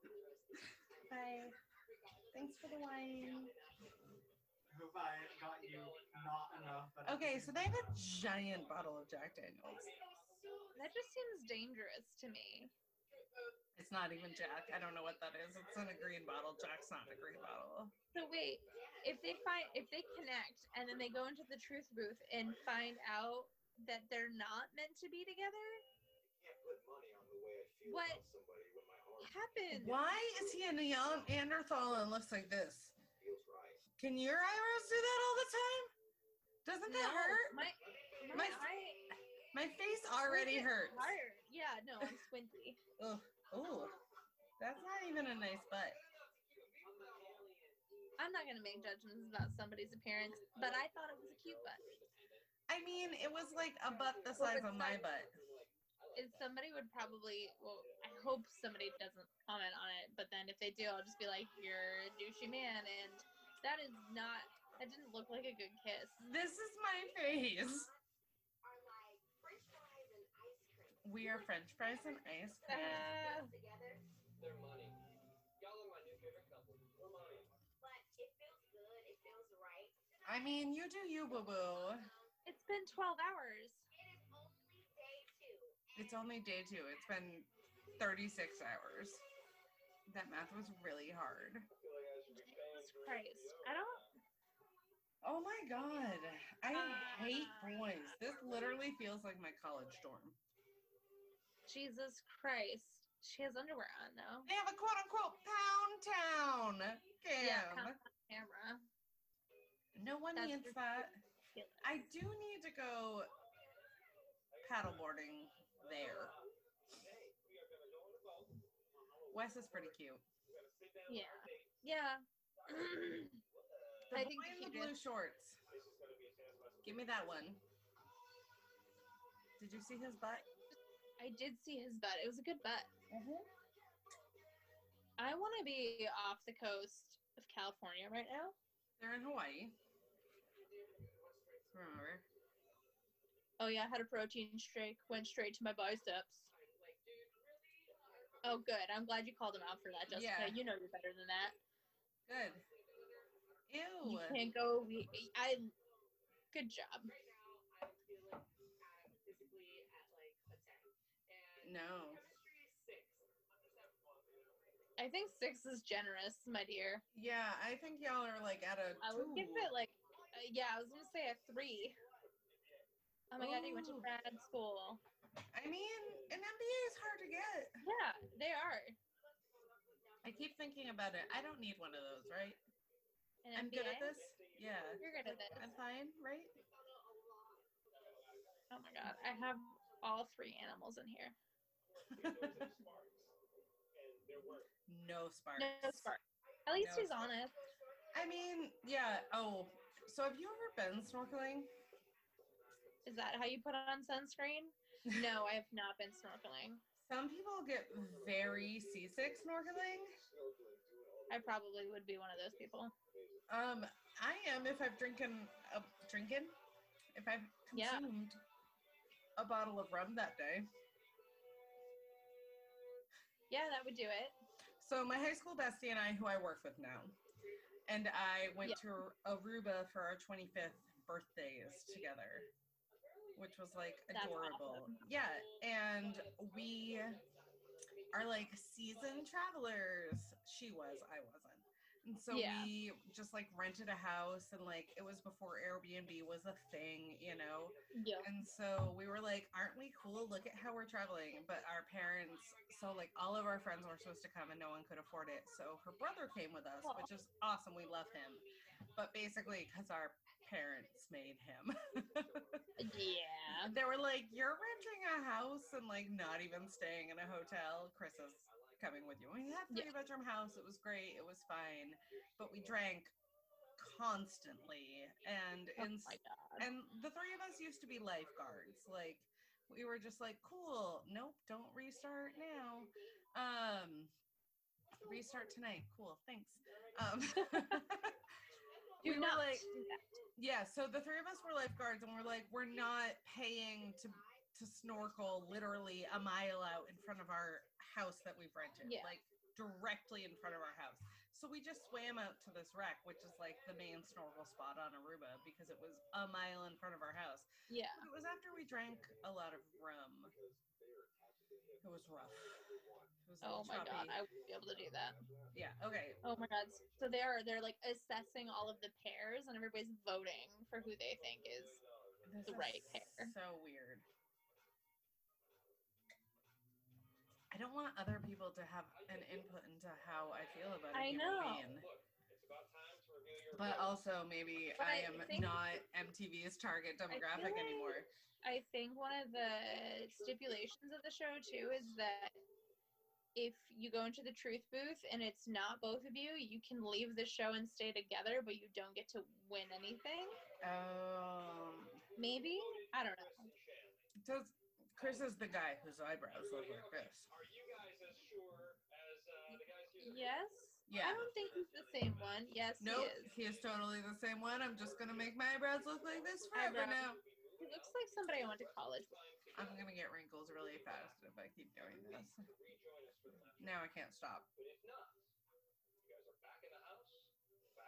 A: Bye. Thanks for the wine.
D: Hope I got you not enough. but I
A: Okay,
D: think-
A: so they have a giant bottle of Jack Daniels.
B: That just seems dangerous to me.
A: It's not even Jack. I don't know what that is. It's in a green bottle. Jack's not in a green bottle.
B: So wait, if they find if they connect and then they go into the truth booth and find out that they're not meant to be together, what happened?
A: Why is he a Neon- Neanderthal and looks like this? Can your eyebrows do that all the time? Doesn't that
B: No,
A: hurt?
B: My my,
A: My-
B: eye-
A: My face already
B: it's
A: hurts.
B: hard. Yeah, no, I'm squinty.
A: Ooh, that's not even a nice butt.
B: I'm not gonna make judgments about somebody's appearance, but I thought it was a cute butt.
A: I mean, it was like a butt the
B: Well,
A: size
B: it's
A: of my
B: not-
A: butt.
B: Is somebody would probably well, I hope somebody doesn't comment on it, but then if they do, I'll just be like, You're a douchey man and that is not that didn't look like a good kiss.
A: This is my face. We are French fries and ice cream.
B: Uh,
A: I mean, you do you, boo boo.
B: it's been twelve hours.
A: It's only day two. It's been 36 hours. That math was really hard.
B: Jesus Christ. I don't
A: Oh my god. I
B: Uh.
A: hate boys. This literally feels like my college dorm.
B: Jesus Christ. She has underwear on though.
A: They have a quote unquote pound town.
B: Yeah,
A: Damn.
B: pound- Camera.
A: no one
B: That's
A: needs that.
B: I,
A: I do need to go paddleboarding there. Wes is pretty cute.
B: yeah. Yeah.
A: The boy
B: I think
A: in
B: he
A: the blue
B: just-
A: shorts. Give me that one. Did you see his butt?
B: I did see his butt. It was a good butt. Mm-hmm. I want to be off the coast of California right now.
A: They're in Hawaii. Remember?
B: Oh yeah, I had a protein shake. Went straight to my biceps. Oh good. I'm glad you called him out for that,
A: Yeah.
B: Jessica. You know you're better than that.
A: Good. Ew.
B: You can't go. We. I. Good job.
A: No.
B: I think six is generous, my dear.
A: Yeah, I think y'all are like at a
B: I would give
A: two.
B: it like, uh, yeah, I was gonna say a three. Oh my god, you went to
A: Ooh.
B: grad school.
A: I mean, an MBA is hard to get.
B: Yeah, they are.
A: I keep thinking about it. I don't need one of those, right?
B: An
A: I'm good at
B: MBA?
A: this. Yeah.
B: You're good at this.
A: I'm fine, right?
B: Oh my god, I have all three animals in here.
A: no sparks.
B: No spark. At least
A: No
B: he's
A: spark.
B: honest.
A: I mean, yeah. Oh, so have you ever been snorkeling?
B: Is that how you put on sunscreen? No, I have not been snorkeling.
A: Some people get very seasick snorkeling.
B: I probably would be one of those people.
A: Um, I am if I've drinking a drinking, if I've
B: Yeah.
A: consumed a bottle of rum that day.
B: Yeah, that would do it.
A: So my high school bestie and I, who I work with now, and I went to Aruba for our 25th birthdays together, which was like
B: That's
A: adorable.
B: awesome.
A: Yeah, and we are like seasoned travelers. She was, I wasn't. And so
B: Yeah.
A: we just like rented a house and like it was before Airbnb was a thing, you know.
B: Yeah.
A: And so we were like, aren't we cool? Look at how we're traveling. But our parents, so like all of our friends were supposed to come and no one could afford it. So her brother came with us,
B: Aw.
A: which is awesome. We love him. But basically, because our parents made him,
B: Yeah.
A: they were like, you're renting a house and like not even staying in a hotel. Chris is coming with you. We had
B: Yeah.
A: three bedroom house. It was great. It was fine. But we drank constantly. And
B: Oh
A: in
B: my god.
A: and the three of us used to be lifeguards. Like we were just like, cool. Nope, don't restart now. Um, restart tonight. Cool. Thanks. Um, we were
B: Do not
A: like,
B: do that.
A: yeah. So the three of us were lifeguards, and we're like, we're not paying to to snorkel literally a mile out in front of our house that we've rented.
B: Yeah.
A: Like directly in front of our house. So we just swam out to this wreck, which is like the main snorkel spot on Aruba because it was a mile in front of our house.
B: Yeah.
A: But it was after we drank a lot of rum. It was rough. It was a little
B: Oh my god,
A: choppy.
B: I would be able to do that.
A: Yeah. Okay.
B: Oh my god. So they are they're like assessing all of the pairs and everybody's voting for who they think is
A: This
B: The
A: is
B: right pair.
A: So weird. I don't want other people to have an input into how I feel about a
B: I
A: human
B: know.
A: being. But also, maybe
B: But
A: I
B: I
A: am
B: think-
A: not MTV's target demographic
B: like-
A: anymore.
B: I think one of the stipulations of the show too is that if you go into the truth booth and it's not both of you, you can leave the show and stay together, but you don't get to win anything.
A: Um,
B: Maybe I don't know.
A: does Chris is the guy whose eyebrows look like this? uh,
B: Yes.
A: Yeah.
B: I don't think he's the same one. Yes,
A: Nope,
B: he is.
A: he is totally the same one. I'm just gonna make my eyebrows look like this forever
B: Eyebrows.
A: now.
B: He looks like somebody I went to college with.
A: I'm gonna get wrinkles really fast if I keep doing this. Now I can't stop.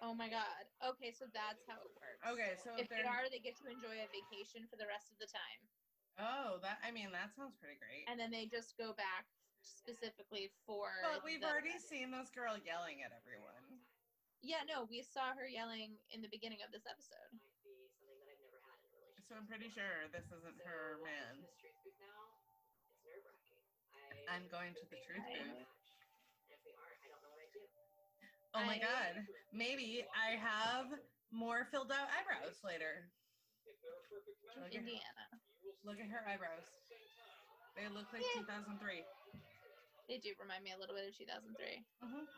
B: Oh my god. Okay, so that's how it works.
A: Okay, so if
B: If they
A: they're
B: are, they get to enjoy a vacation for the rest of the time,
A: oh that I mean that sounds pretty great.
B: and then they just go back specifically for.
A: But we've
B: the-
A: already seen this girl yelling at everyone.
B: Yeah, no, we saw her yelling in the beginning of this episode.
A: So I'm pretty sure this isn't her man. I'm going to the truth booth. Oh my
B: I-
A: god. Maybe I have more filled out eyebrows later. Look at,
B: Indiana.
A: look at her eyebrows. They look like
B: Yeah.
A: 2003.
B: They do remind me a little bit of 2003.
A: Mhm.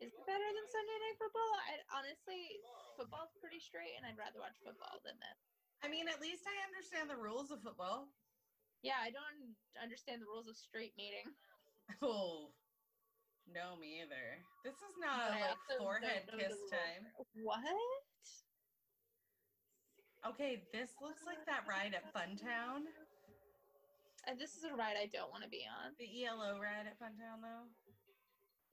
B: Is it better than Sunday Night Football? I honestly, football's pretty straight, and I'd rather watch football than this.
A: I mean, at least I understand the rules of football.
B: Yeah, I don't understand the rules of straight meeting.
A: Oh, no, me either. This is not a
B: But I
A: like
B: also don't
A: forehead
B: know the
A: kiss
B: rules.
A: time.
B: What?
A: Okay, this looks like that ride at Funtown.
B: And this is a ride I don't want to be on.
A: The ELO ride at Funtown, though.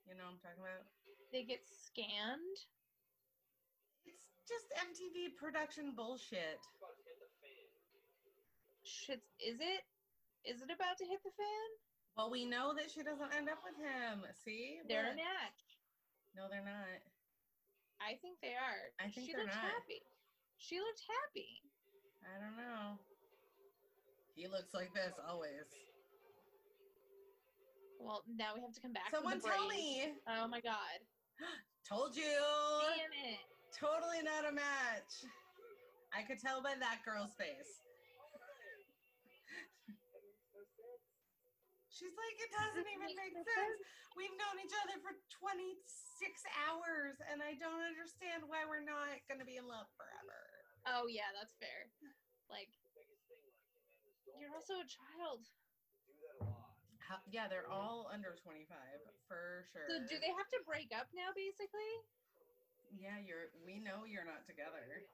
A: You know what I'm talking about?
B: They get scanned.
A: It's just MTV production bullshit.
B: Shit, is it? Is it about to hit the fan?
A: Well, we know that she doesn't end up with him. See?
B: They're
A: Look.
B: an act.
A: No, they're not.
B: I think they are.
A: I think
B: she
A: they're
B: looked
A: not.
B: happy. She looked happy.
A: I don't know. He looks like this always.
B: Well, now we have to come back. to the
A: Someone tell
B: brain.
A: me.
B: Oh my god.
A: Told you.
B: Damn it.
A: Totally not a match. I could tell by that girl's face. She's like, it doesn't even make sense. We've known each other for 26 hours, and I don't understand why we're not going to be in love forever.
B: Oh yeah, that's fair. Like you're also a child.
A: How, yeah, they're all under 25 for sure.
B: So do they have to break up now basically?
A: Yeah, you're. We know you're not together.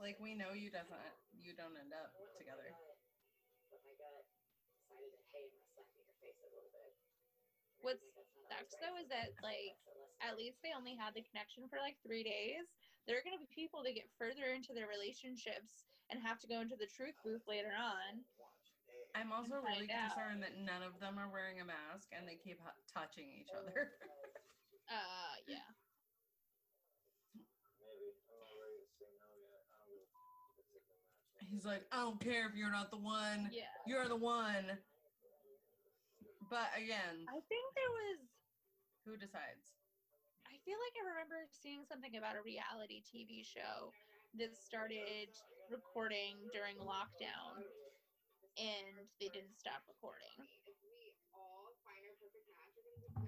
A: Like we know you doesn't. You don't end up together.
B: What sucks though is that like at least they only had the connection for like three days. There are gonna be people that get further into their relationships and have to go into the truth booth later on.
A: I'm also
B: find
A: really
B: out.
A: concerned that none of them are wearing a mask and they keep hu- touching each other.
B: Uh yeah.
A: He's like, I don't care if you're not the one.
B: Yeah.
A: You're the one. But again,
B: I think there was
A: who decides?
B: I feel like I remember seeing something about a reality TV show that started recording during lockdown and they didn't stop recording.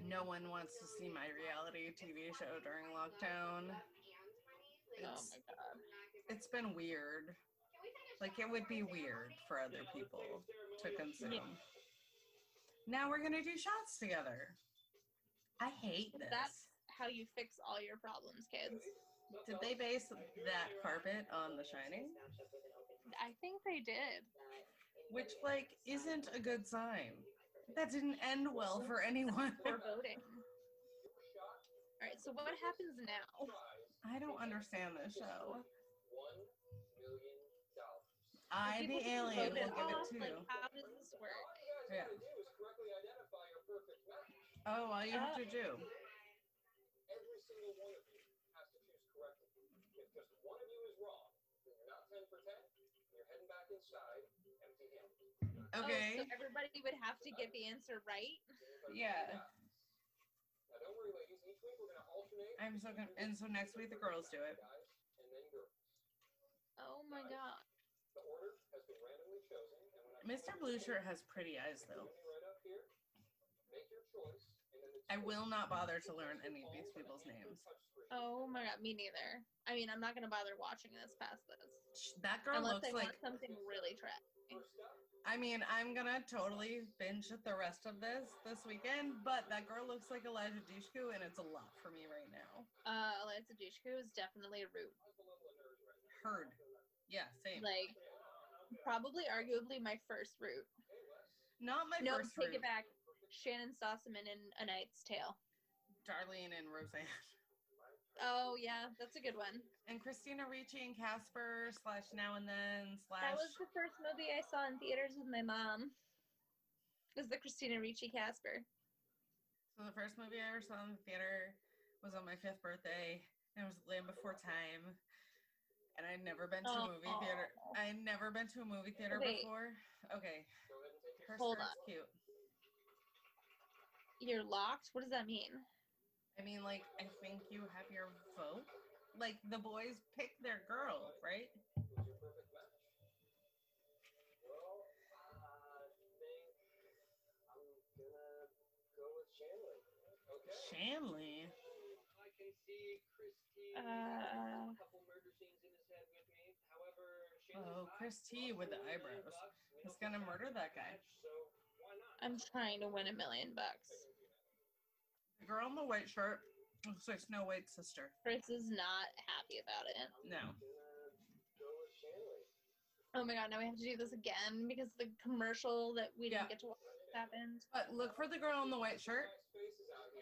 A: No one wants to see my reality TV show during lockdown.
B: Oh
A: It's,
B: my god.
A: it's been weird. Like it would be weird for other people to consume. Now we're gonna do shots together. I hate this.
B: That's how you fix all your problems, kids.
A: Did they base that carpet on The Shining?
B: I think they did.
A: Which like isn't a good sign. That didn't end well for anyone.
B: We're voting. All right, so what happens now?
A: I don't understand this show.
B: Are
A: I
B: people
A: the
B: getting
A: alien will
B: voted
A: give it
B: off? Like,
A: two.
B: how does this work?
A: Yeah. Oh, all you have to do.
B: Oh, so Oh,
A: Okay.
B: everybody would have to get the answer right.
A: Yeah. I'm so con- and so next week the girls do it.
B: Oh my god.
A: Mr. Blue Shirt has pretty eyes though. I will not bother to learn any of these people's names.
B: Oh my god, me neither. I mean, I'm not gonna bother watching this past this.
A: Sh- That girl looks
B: Unless I
A: like
B: want something really trash.
A: I mean, I'm gonna totally binge the rest of this this weekend, but that girl looks like Elijah Dushku, and it's a lot for me right now.
B: Uh, Eliza Dushku is definitely a root.
A: Heard, yeah, same.
B: Like, probably, arguably, my first root.
A: Not my
B: No,
A: first
B: take
A: root,
B: it back. Shannon Sossaman in A Knight's Tale.
A: Darlene and Roseanne,
B: Oh yeah, that's a good one.
A: and Christina Ricci and Casper slash Now and Then slash.
B: That was the first movie I saw in theaters with my mom. It was the Christina Ricci Casper.
A: so the first movie I ever saw in the theater was on my fifth birthday, and it was Land Before Time. And I'd never been to a movie theater.
B: Oh.
A: I'd never been to a movie theater
B: Wait.
A: before. Okay, her
B: Hold
A: skirt's
B: on.
A: cute.
B: You're locked. What does that mean?
A: I mean, like, I think you have your vote. Like, the boys pick their girl, right? Shanley.
B: Uh,
A: Oh, Chris T with the eyebrows. He's gonna murder that guy.
B: I'm trying to win a million bucks.
A: The girl in the white shirt looks like Snow White's sister.
B: Chris is not happy about it.
A: No.
B: Oh my god, now we have to do this again because the commercial that we
A: Yeah.
B: didn't get to watch happened.
A: But look for the girl in the white shirt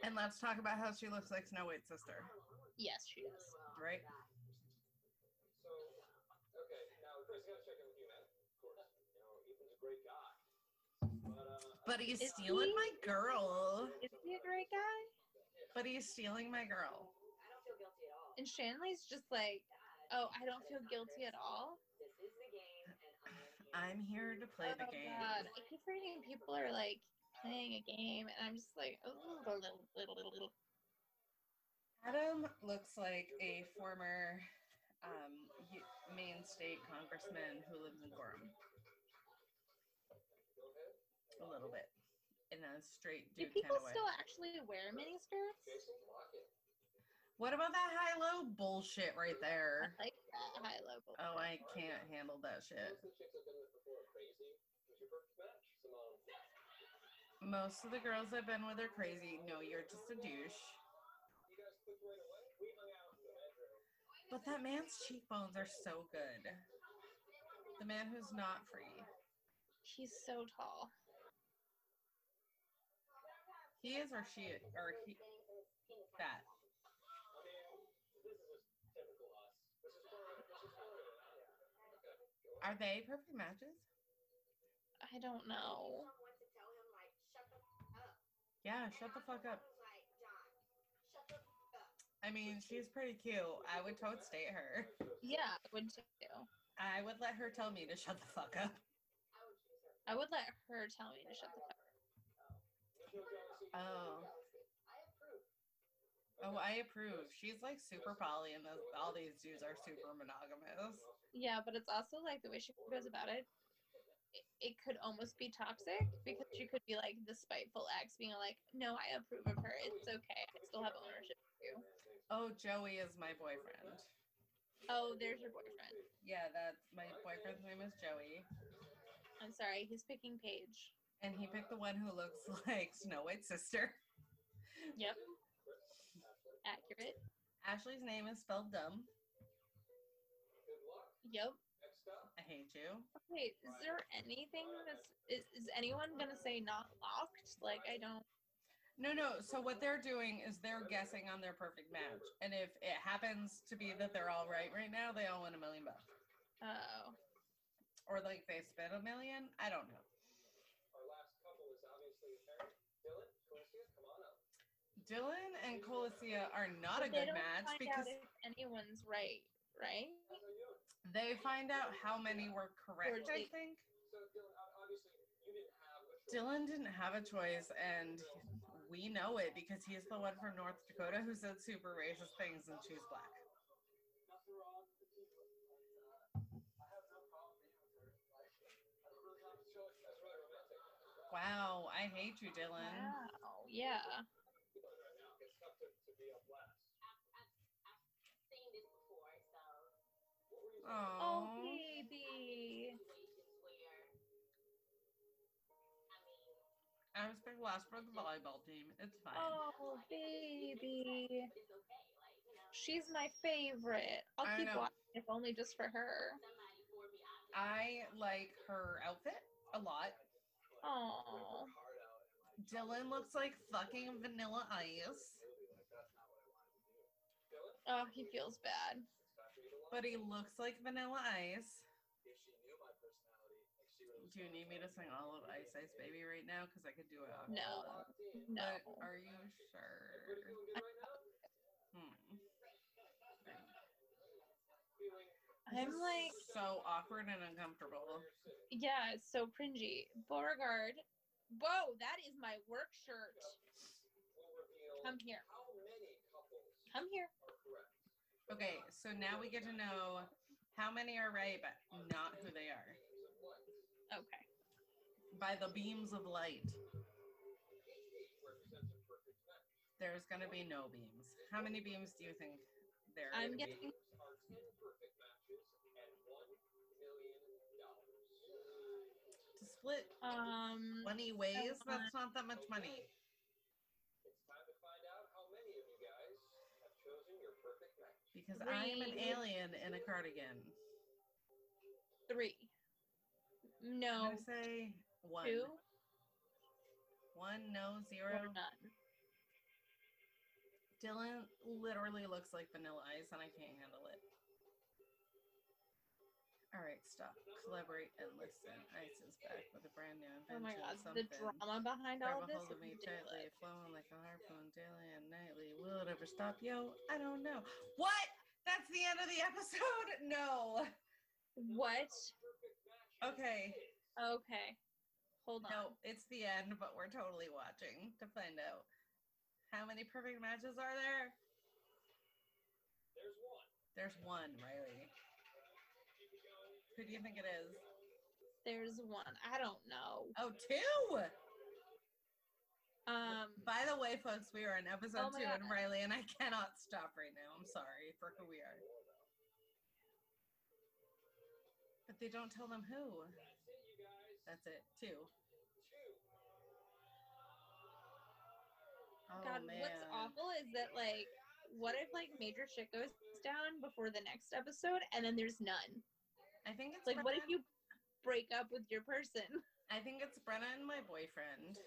A: and let's talk about how she looks like Snow White's sister,
B: Yes, she does.
A: right? But he's
B: Is
A: stealing
B: he-
A: my girl.
B: Is he a great guy?
A: But he's stealing my girl.
B: And Shanley's just like, oh, I don't feel guilty at all.
A: I'm here to play the game.
B: God, I keep reading people are like playing a game, and I'm just like, oh, little, little, little, little.
A: Adam looks like a former um, U- Maine state congressman who lives in Gorham. A little bit. In a straight
B: Do
A: dude kind
B: people
A: of way.
B: still actually wear miniskirts?
A: what about that high low bullshit right
B: I
A: there?
B: like that high low.
A: Oh, I can't handle that shit. Most of the girls I've been with are crazy. No, you're just a douche. But that man's cheekbones are so good. The man who's not free.
B: He's so tall.
A: He is or she is, or he that. Are they perfect matches?
B: I don't know.
A: Yeah, shut the fuck up. I mean, she's pretty cute. I would totes date her.
B: Yeah, I would too.
A: I would let her tell me to shut the fuck up.
B: I would let her tell me to shut the fuck.
A: Oh. Oh, I approve. She's like super poly, and those, all these dudes are super monogamous.
B: Yeah, but it's also like the way she goes about it. It, it could almost be toxic because she could be like the spiteful ex, being like, "No, I approve of her. It's okay. I still have ownership of you."
A: Oh, Joey is my boyfriend.
B: Oh, there's your boyfriend.
A: Yeah, that's my boyfriend's name is Joey.
B: I'm sorry, he's picking Paige.
A: And he picked the one who looks like Snow White's sister.
B: Yep. Accurate.
A: Ashley's name is spelled dumb.
B: Yep.
A: I hate you.
B: Wait, is there anything that's is, is anyone gonna say not locked? Like I don't
A: No, no. So what they're doing is they're guessing on their perfect match. And if it happens to be that they're all right right now, they all win a million bucks.
B: oh.
A: Or like they spend a million. I don't know. Dylan and Colicia are not a
B: But they
A: good
B: don't
A: match
B: find out
A: because
B: if anyone's right, right?
A: they find out how many were correct, I
B: Poorly.
A: think. Dylan didn't have a choice, and we know it because he's the one from North Dakota who said super racist things and she's black.
E: uh,
A: Wow, I hate you, Dylan.
B: Wow. Yeah. Oh,
A: Aw.
B: baby.
A: I was picked last for the volleyball team. It's fine.
B: Oh, baby. She's my favorite. I'll
A: I
B: keep
A: know.
B: watching if only just for her.
A: I like her outfit a lot.
B: Oh.
A: Dylan looks like fucking vanilla ice,
B: Oh, he feels bad.
A: but he looks like vanilla ice. Do you need me to sing all of Ice Ice Baby right now? Because I could do it. off
B: No.
A: all of-
B: No.
A: But are you sure? Hmm.
B: I'm like
A: so awkward and uncomfortable.
B: Yeah, it's so cringy. Beauregard. Whoa, that is my work shirt. Come here. Come here.
A: Okay, so now we get to know how many are right, but not who they are
B: Okay.
A: by the beams of light. There's gonna be no beams. How many beams do you think there? are
B: I'm
A: gonna be?
B: getting
A: to split
B: um
A: money ways.
B: so
A: That's not that much money. Because I am an
B: Three.
A: alien in a cardigan.
B: three.
A: I'm
B: No
A: gonna say one.
B: two
A: One, no,
B: or
A: zero.
B: none.
A: Dylan literally looks like vanilla ice and I can't handle it. All right, stop. Collaborate and listen. Ice is back with a brand new
B: Oh
A: invention.
B: my god, the
A: something.
B: drama behind
A: Grab
B: all of
A: a
B: this.
A: hold of
B: is
A: me
B: ridiculous.
A: tightly, flowing like a harpoon daily and nightly. Will it ever stop? Yo, I don't know. What? That's the end of the episode? No.
B: What?
A: Okay.
B: Okay. Hold on.
A: No, it's the end, but we're totally watching to find out how many perfect matches are there. There's one, Riley. Who do you think it is?
B: There's one. I don't know.
A: Oh, two!
B: Um
A: By the way, folks, we are in
B: Oh
A: episode
B: my
A: two,
B: God.
A: and Riley and I cannot stop right now. I'm sorry for who we are. But they don't tell them who. That's it, two. Oh,
B: God, what's
A: man.
B: awful is that like what if like major shit goes down before the next episode and then there's none?
A: I think it's
B: Like what if
A: Brenna-
B: you break up with your person?
A: I think it's Brenna and my boyfriend.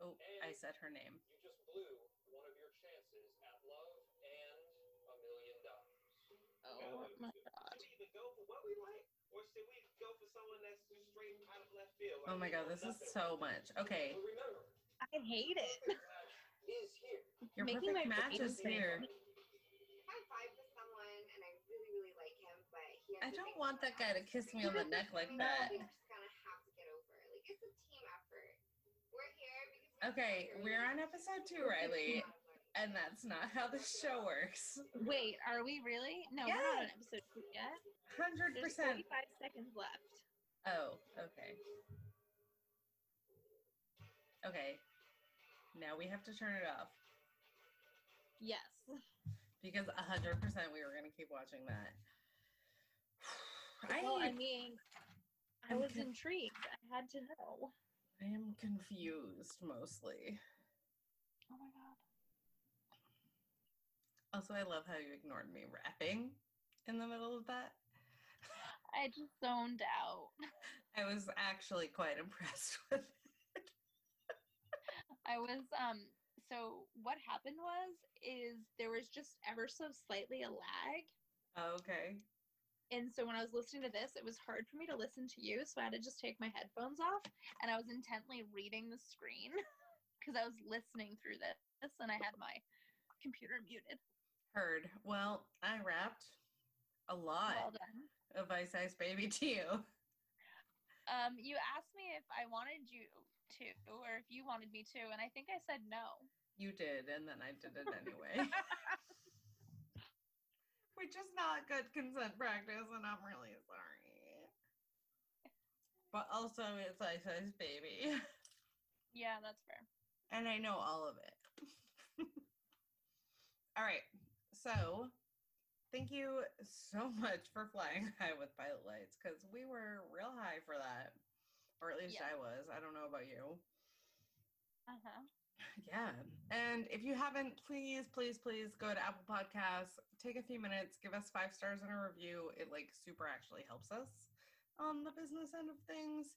A: Oh, I said her name.
F: You just blew one of your chances at love and a million dollars.
B: Oh my god.
E: Should we either go for what we like, or should we go for someone that's just straight out of left field?
A: Oh my god, this is so much. Okay,
F: But remember,
B: I hate it.
F: is here.
A: your
B: Making
A: perfect
B: my
A: match
B: brain
A: is here.
G: high five with someone and I really, really like him, but he
A: I
G: has to
A: don't
G: think
A: want that guy to
G: someone else.
A: kiss me on the neck like
G: I know
A: that.
G: We're just gonna have to get over it. Like it's a team effort. We're here because we
A: Okay,
G: deserve
A: we're
G: it.
A: on episode two, Riley, and that's not how this show works.
B: Wait, are we really? No, we're not on
A: Yeah.
B: episode two yet.
A: Hundred
B: There's
A: percent.
B: 45 seconds left.
A: Oh, okay. Okay. Now we have to turn it off
B: Yes.
A: because hundred percent we were gonna keep watching that. I,
B: well, I mean, I
A: I'm
B: was
A: con-
B: intrigued. I had to know.
A: I am confused mostly.
B: Oh my god.
A: Also, I love how you ignored me rapping in the middle of that.
B: I just zoned out.
A: I was actually quite impressed with
B: I was um so what happened was is there was just ever so slightly a lag.
A: Okay.
B: And so when I was listening to this, it was hard for me to listen to you, so I had to just take my headphones off and I was intently reading the screen because I was listening through this and I had my computer muted.
A: Heard. Well, I rapped a lot
B: Well done.
A: of Ice Ice Baby to you.
B: Um, you asked me if I wanted you to or if you wanted me to, and I think I said no.
A: You did, and then I did it anyway. Which is not good consent practice, and I'm really sorry. But also, it's Ice Ice Baby,
B: Yeah, that's fair.
A: and I know all of it. all right. So, thank you so much for flying high with pilot lights because we were real high for that. Or at least
B: Yeah.
A: I was. I don't know about you.
B: Uh-huh.
A: Yeah. And if you haven't, please, please, please go to Apple Podcasts, take a few minutes, give us five stars and a review. It like super actually helps us on the business end of things.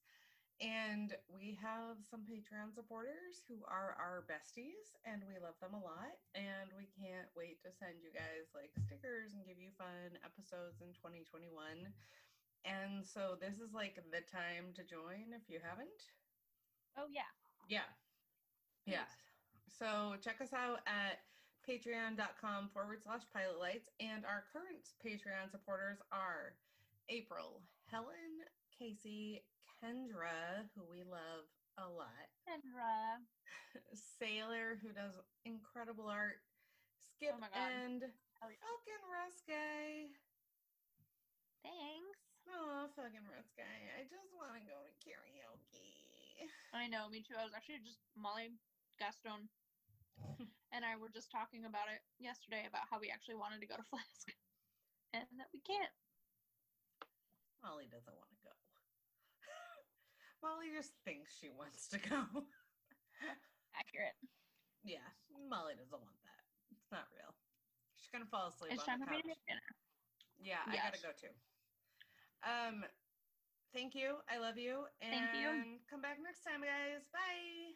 A: And we have some Patreon supporters who are our besties, and we love them a lot. And we can't wait to send you guys like stickers and give you fun episodes in 2021. And so this is like the time to join if you haven't.
B: Oh yeah.
A: Yeah. Yeah. So check us out at patreon.com forward slash pilot lights. And our current Patreon supporters are April, Helen, Casey, Kendra, who we love a lot,
B: Kendra.
A: Sailor, who does incredible art, Skip,
B: Oh my God.
A: and
B: Oh, yeah.
A: Falcon Ruskay.
B: Thanks.
A: Oh, Falcon Ruskay. I just want to go to karaoke.
B: I know, me too. I was actually just Molly Gaston and I were just talking about it yesterday about how we actually wanted to go to Flask and that we can't.
A: Molly doesn't want to go. Molly just thinks she wants to go.
B: Accurate.
A: yeah, Molly doesn't want that. It's not real. She's gonna fall asleep
B: It's
A: on
B: time
A: the
B: for me
A: couch.
B: to make dinner.
A: Yeah, I
B: Yes.
A: gotta go too. Um, thank you. I love you. And
B: Thank you.
A: Come back next time, guys. Bye.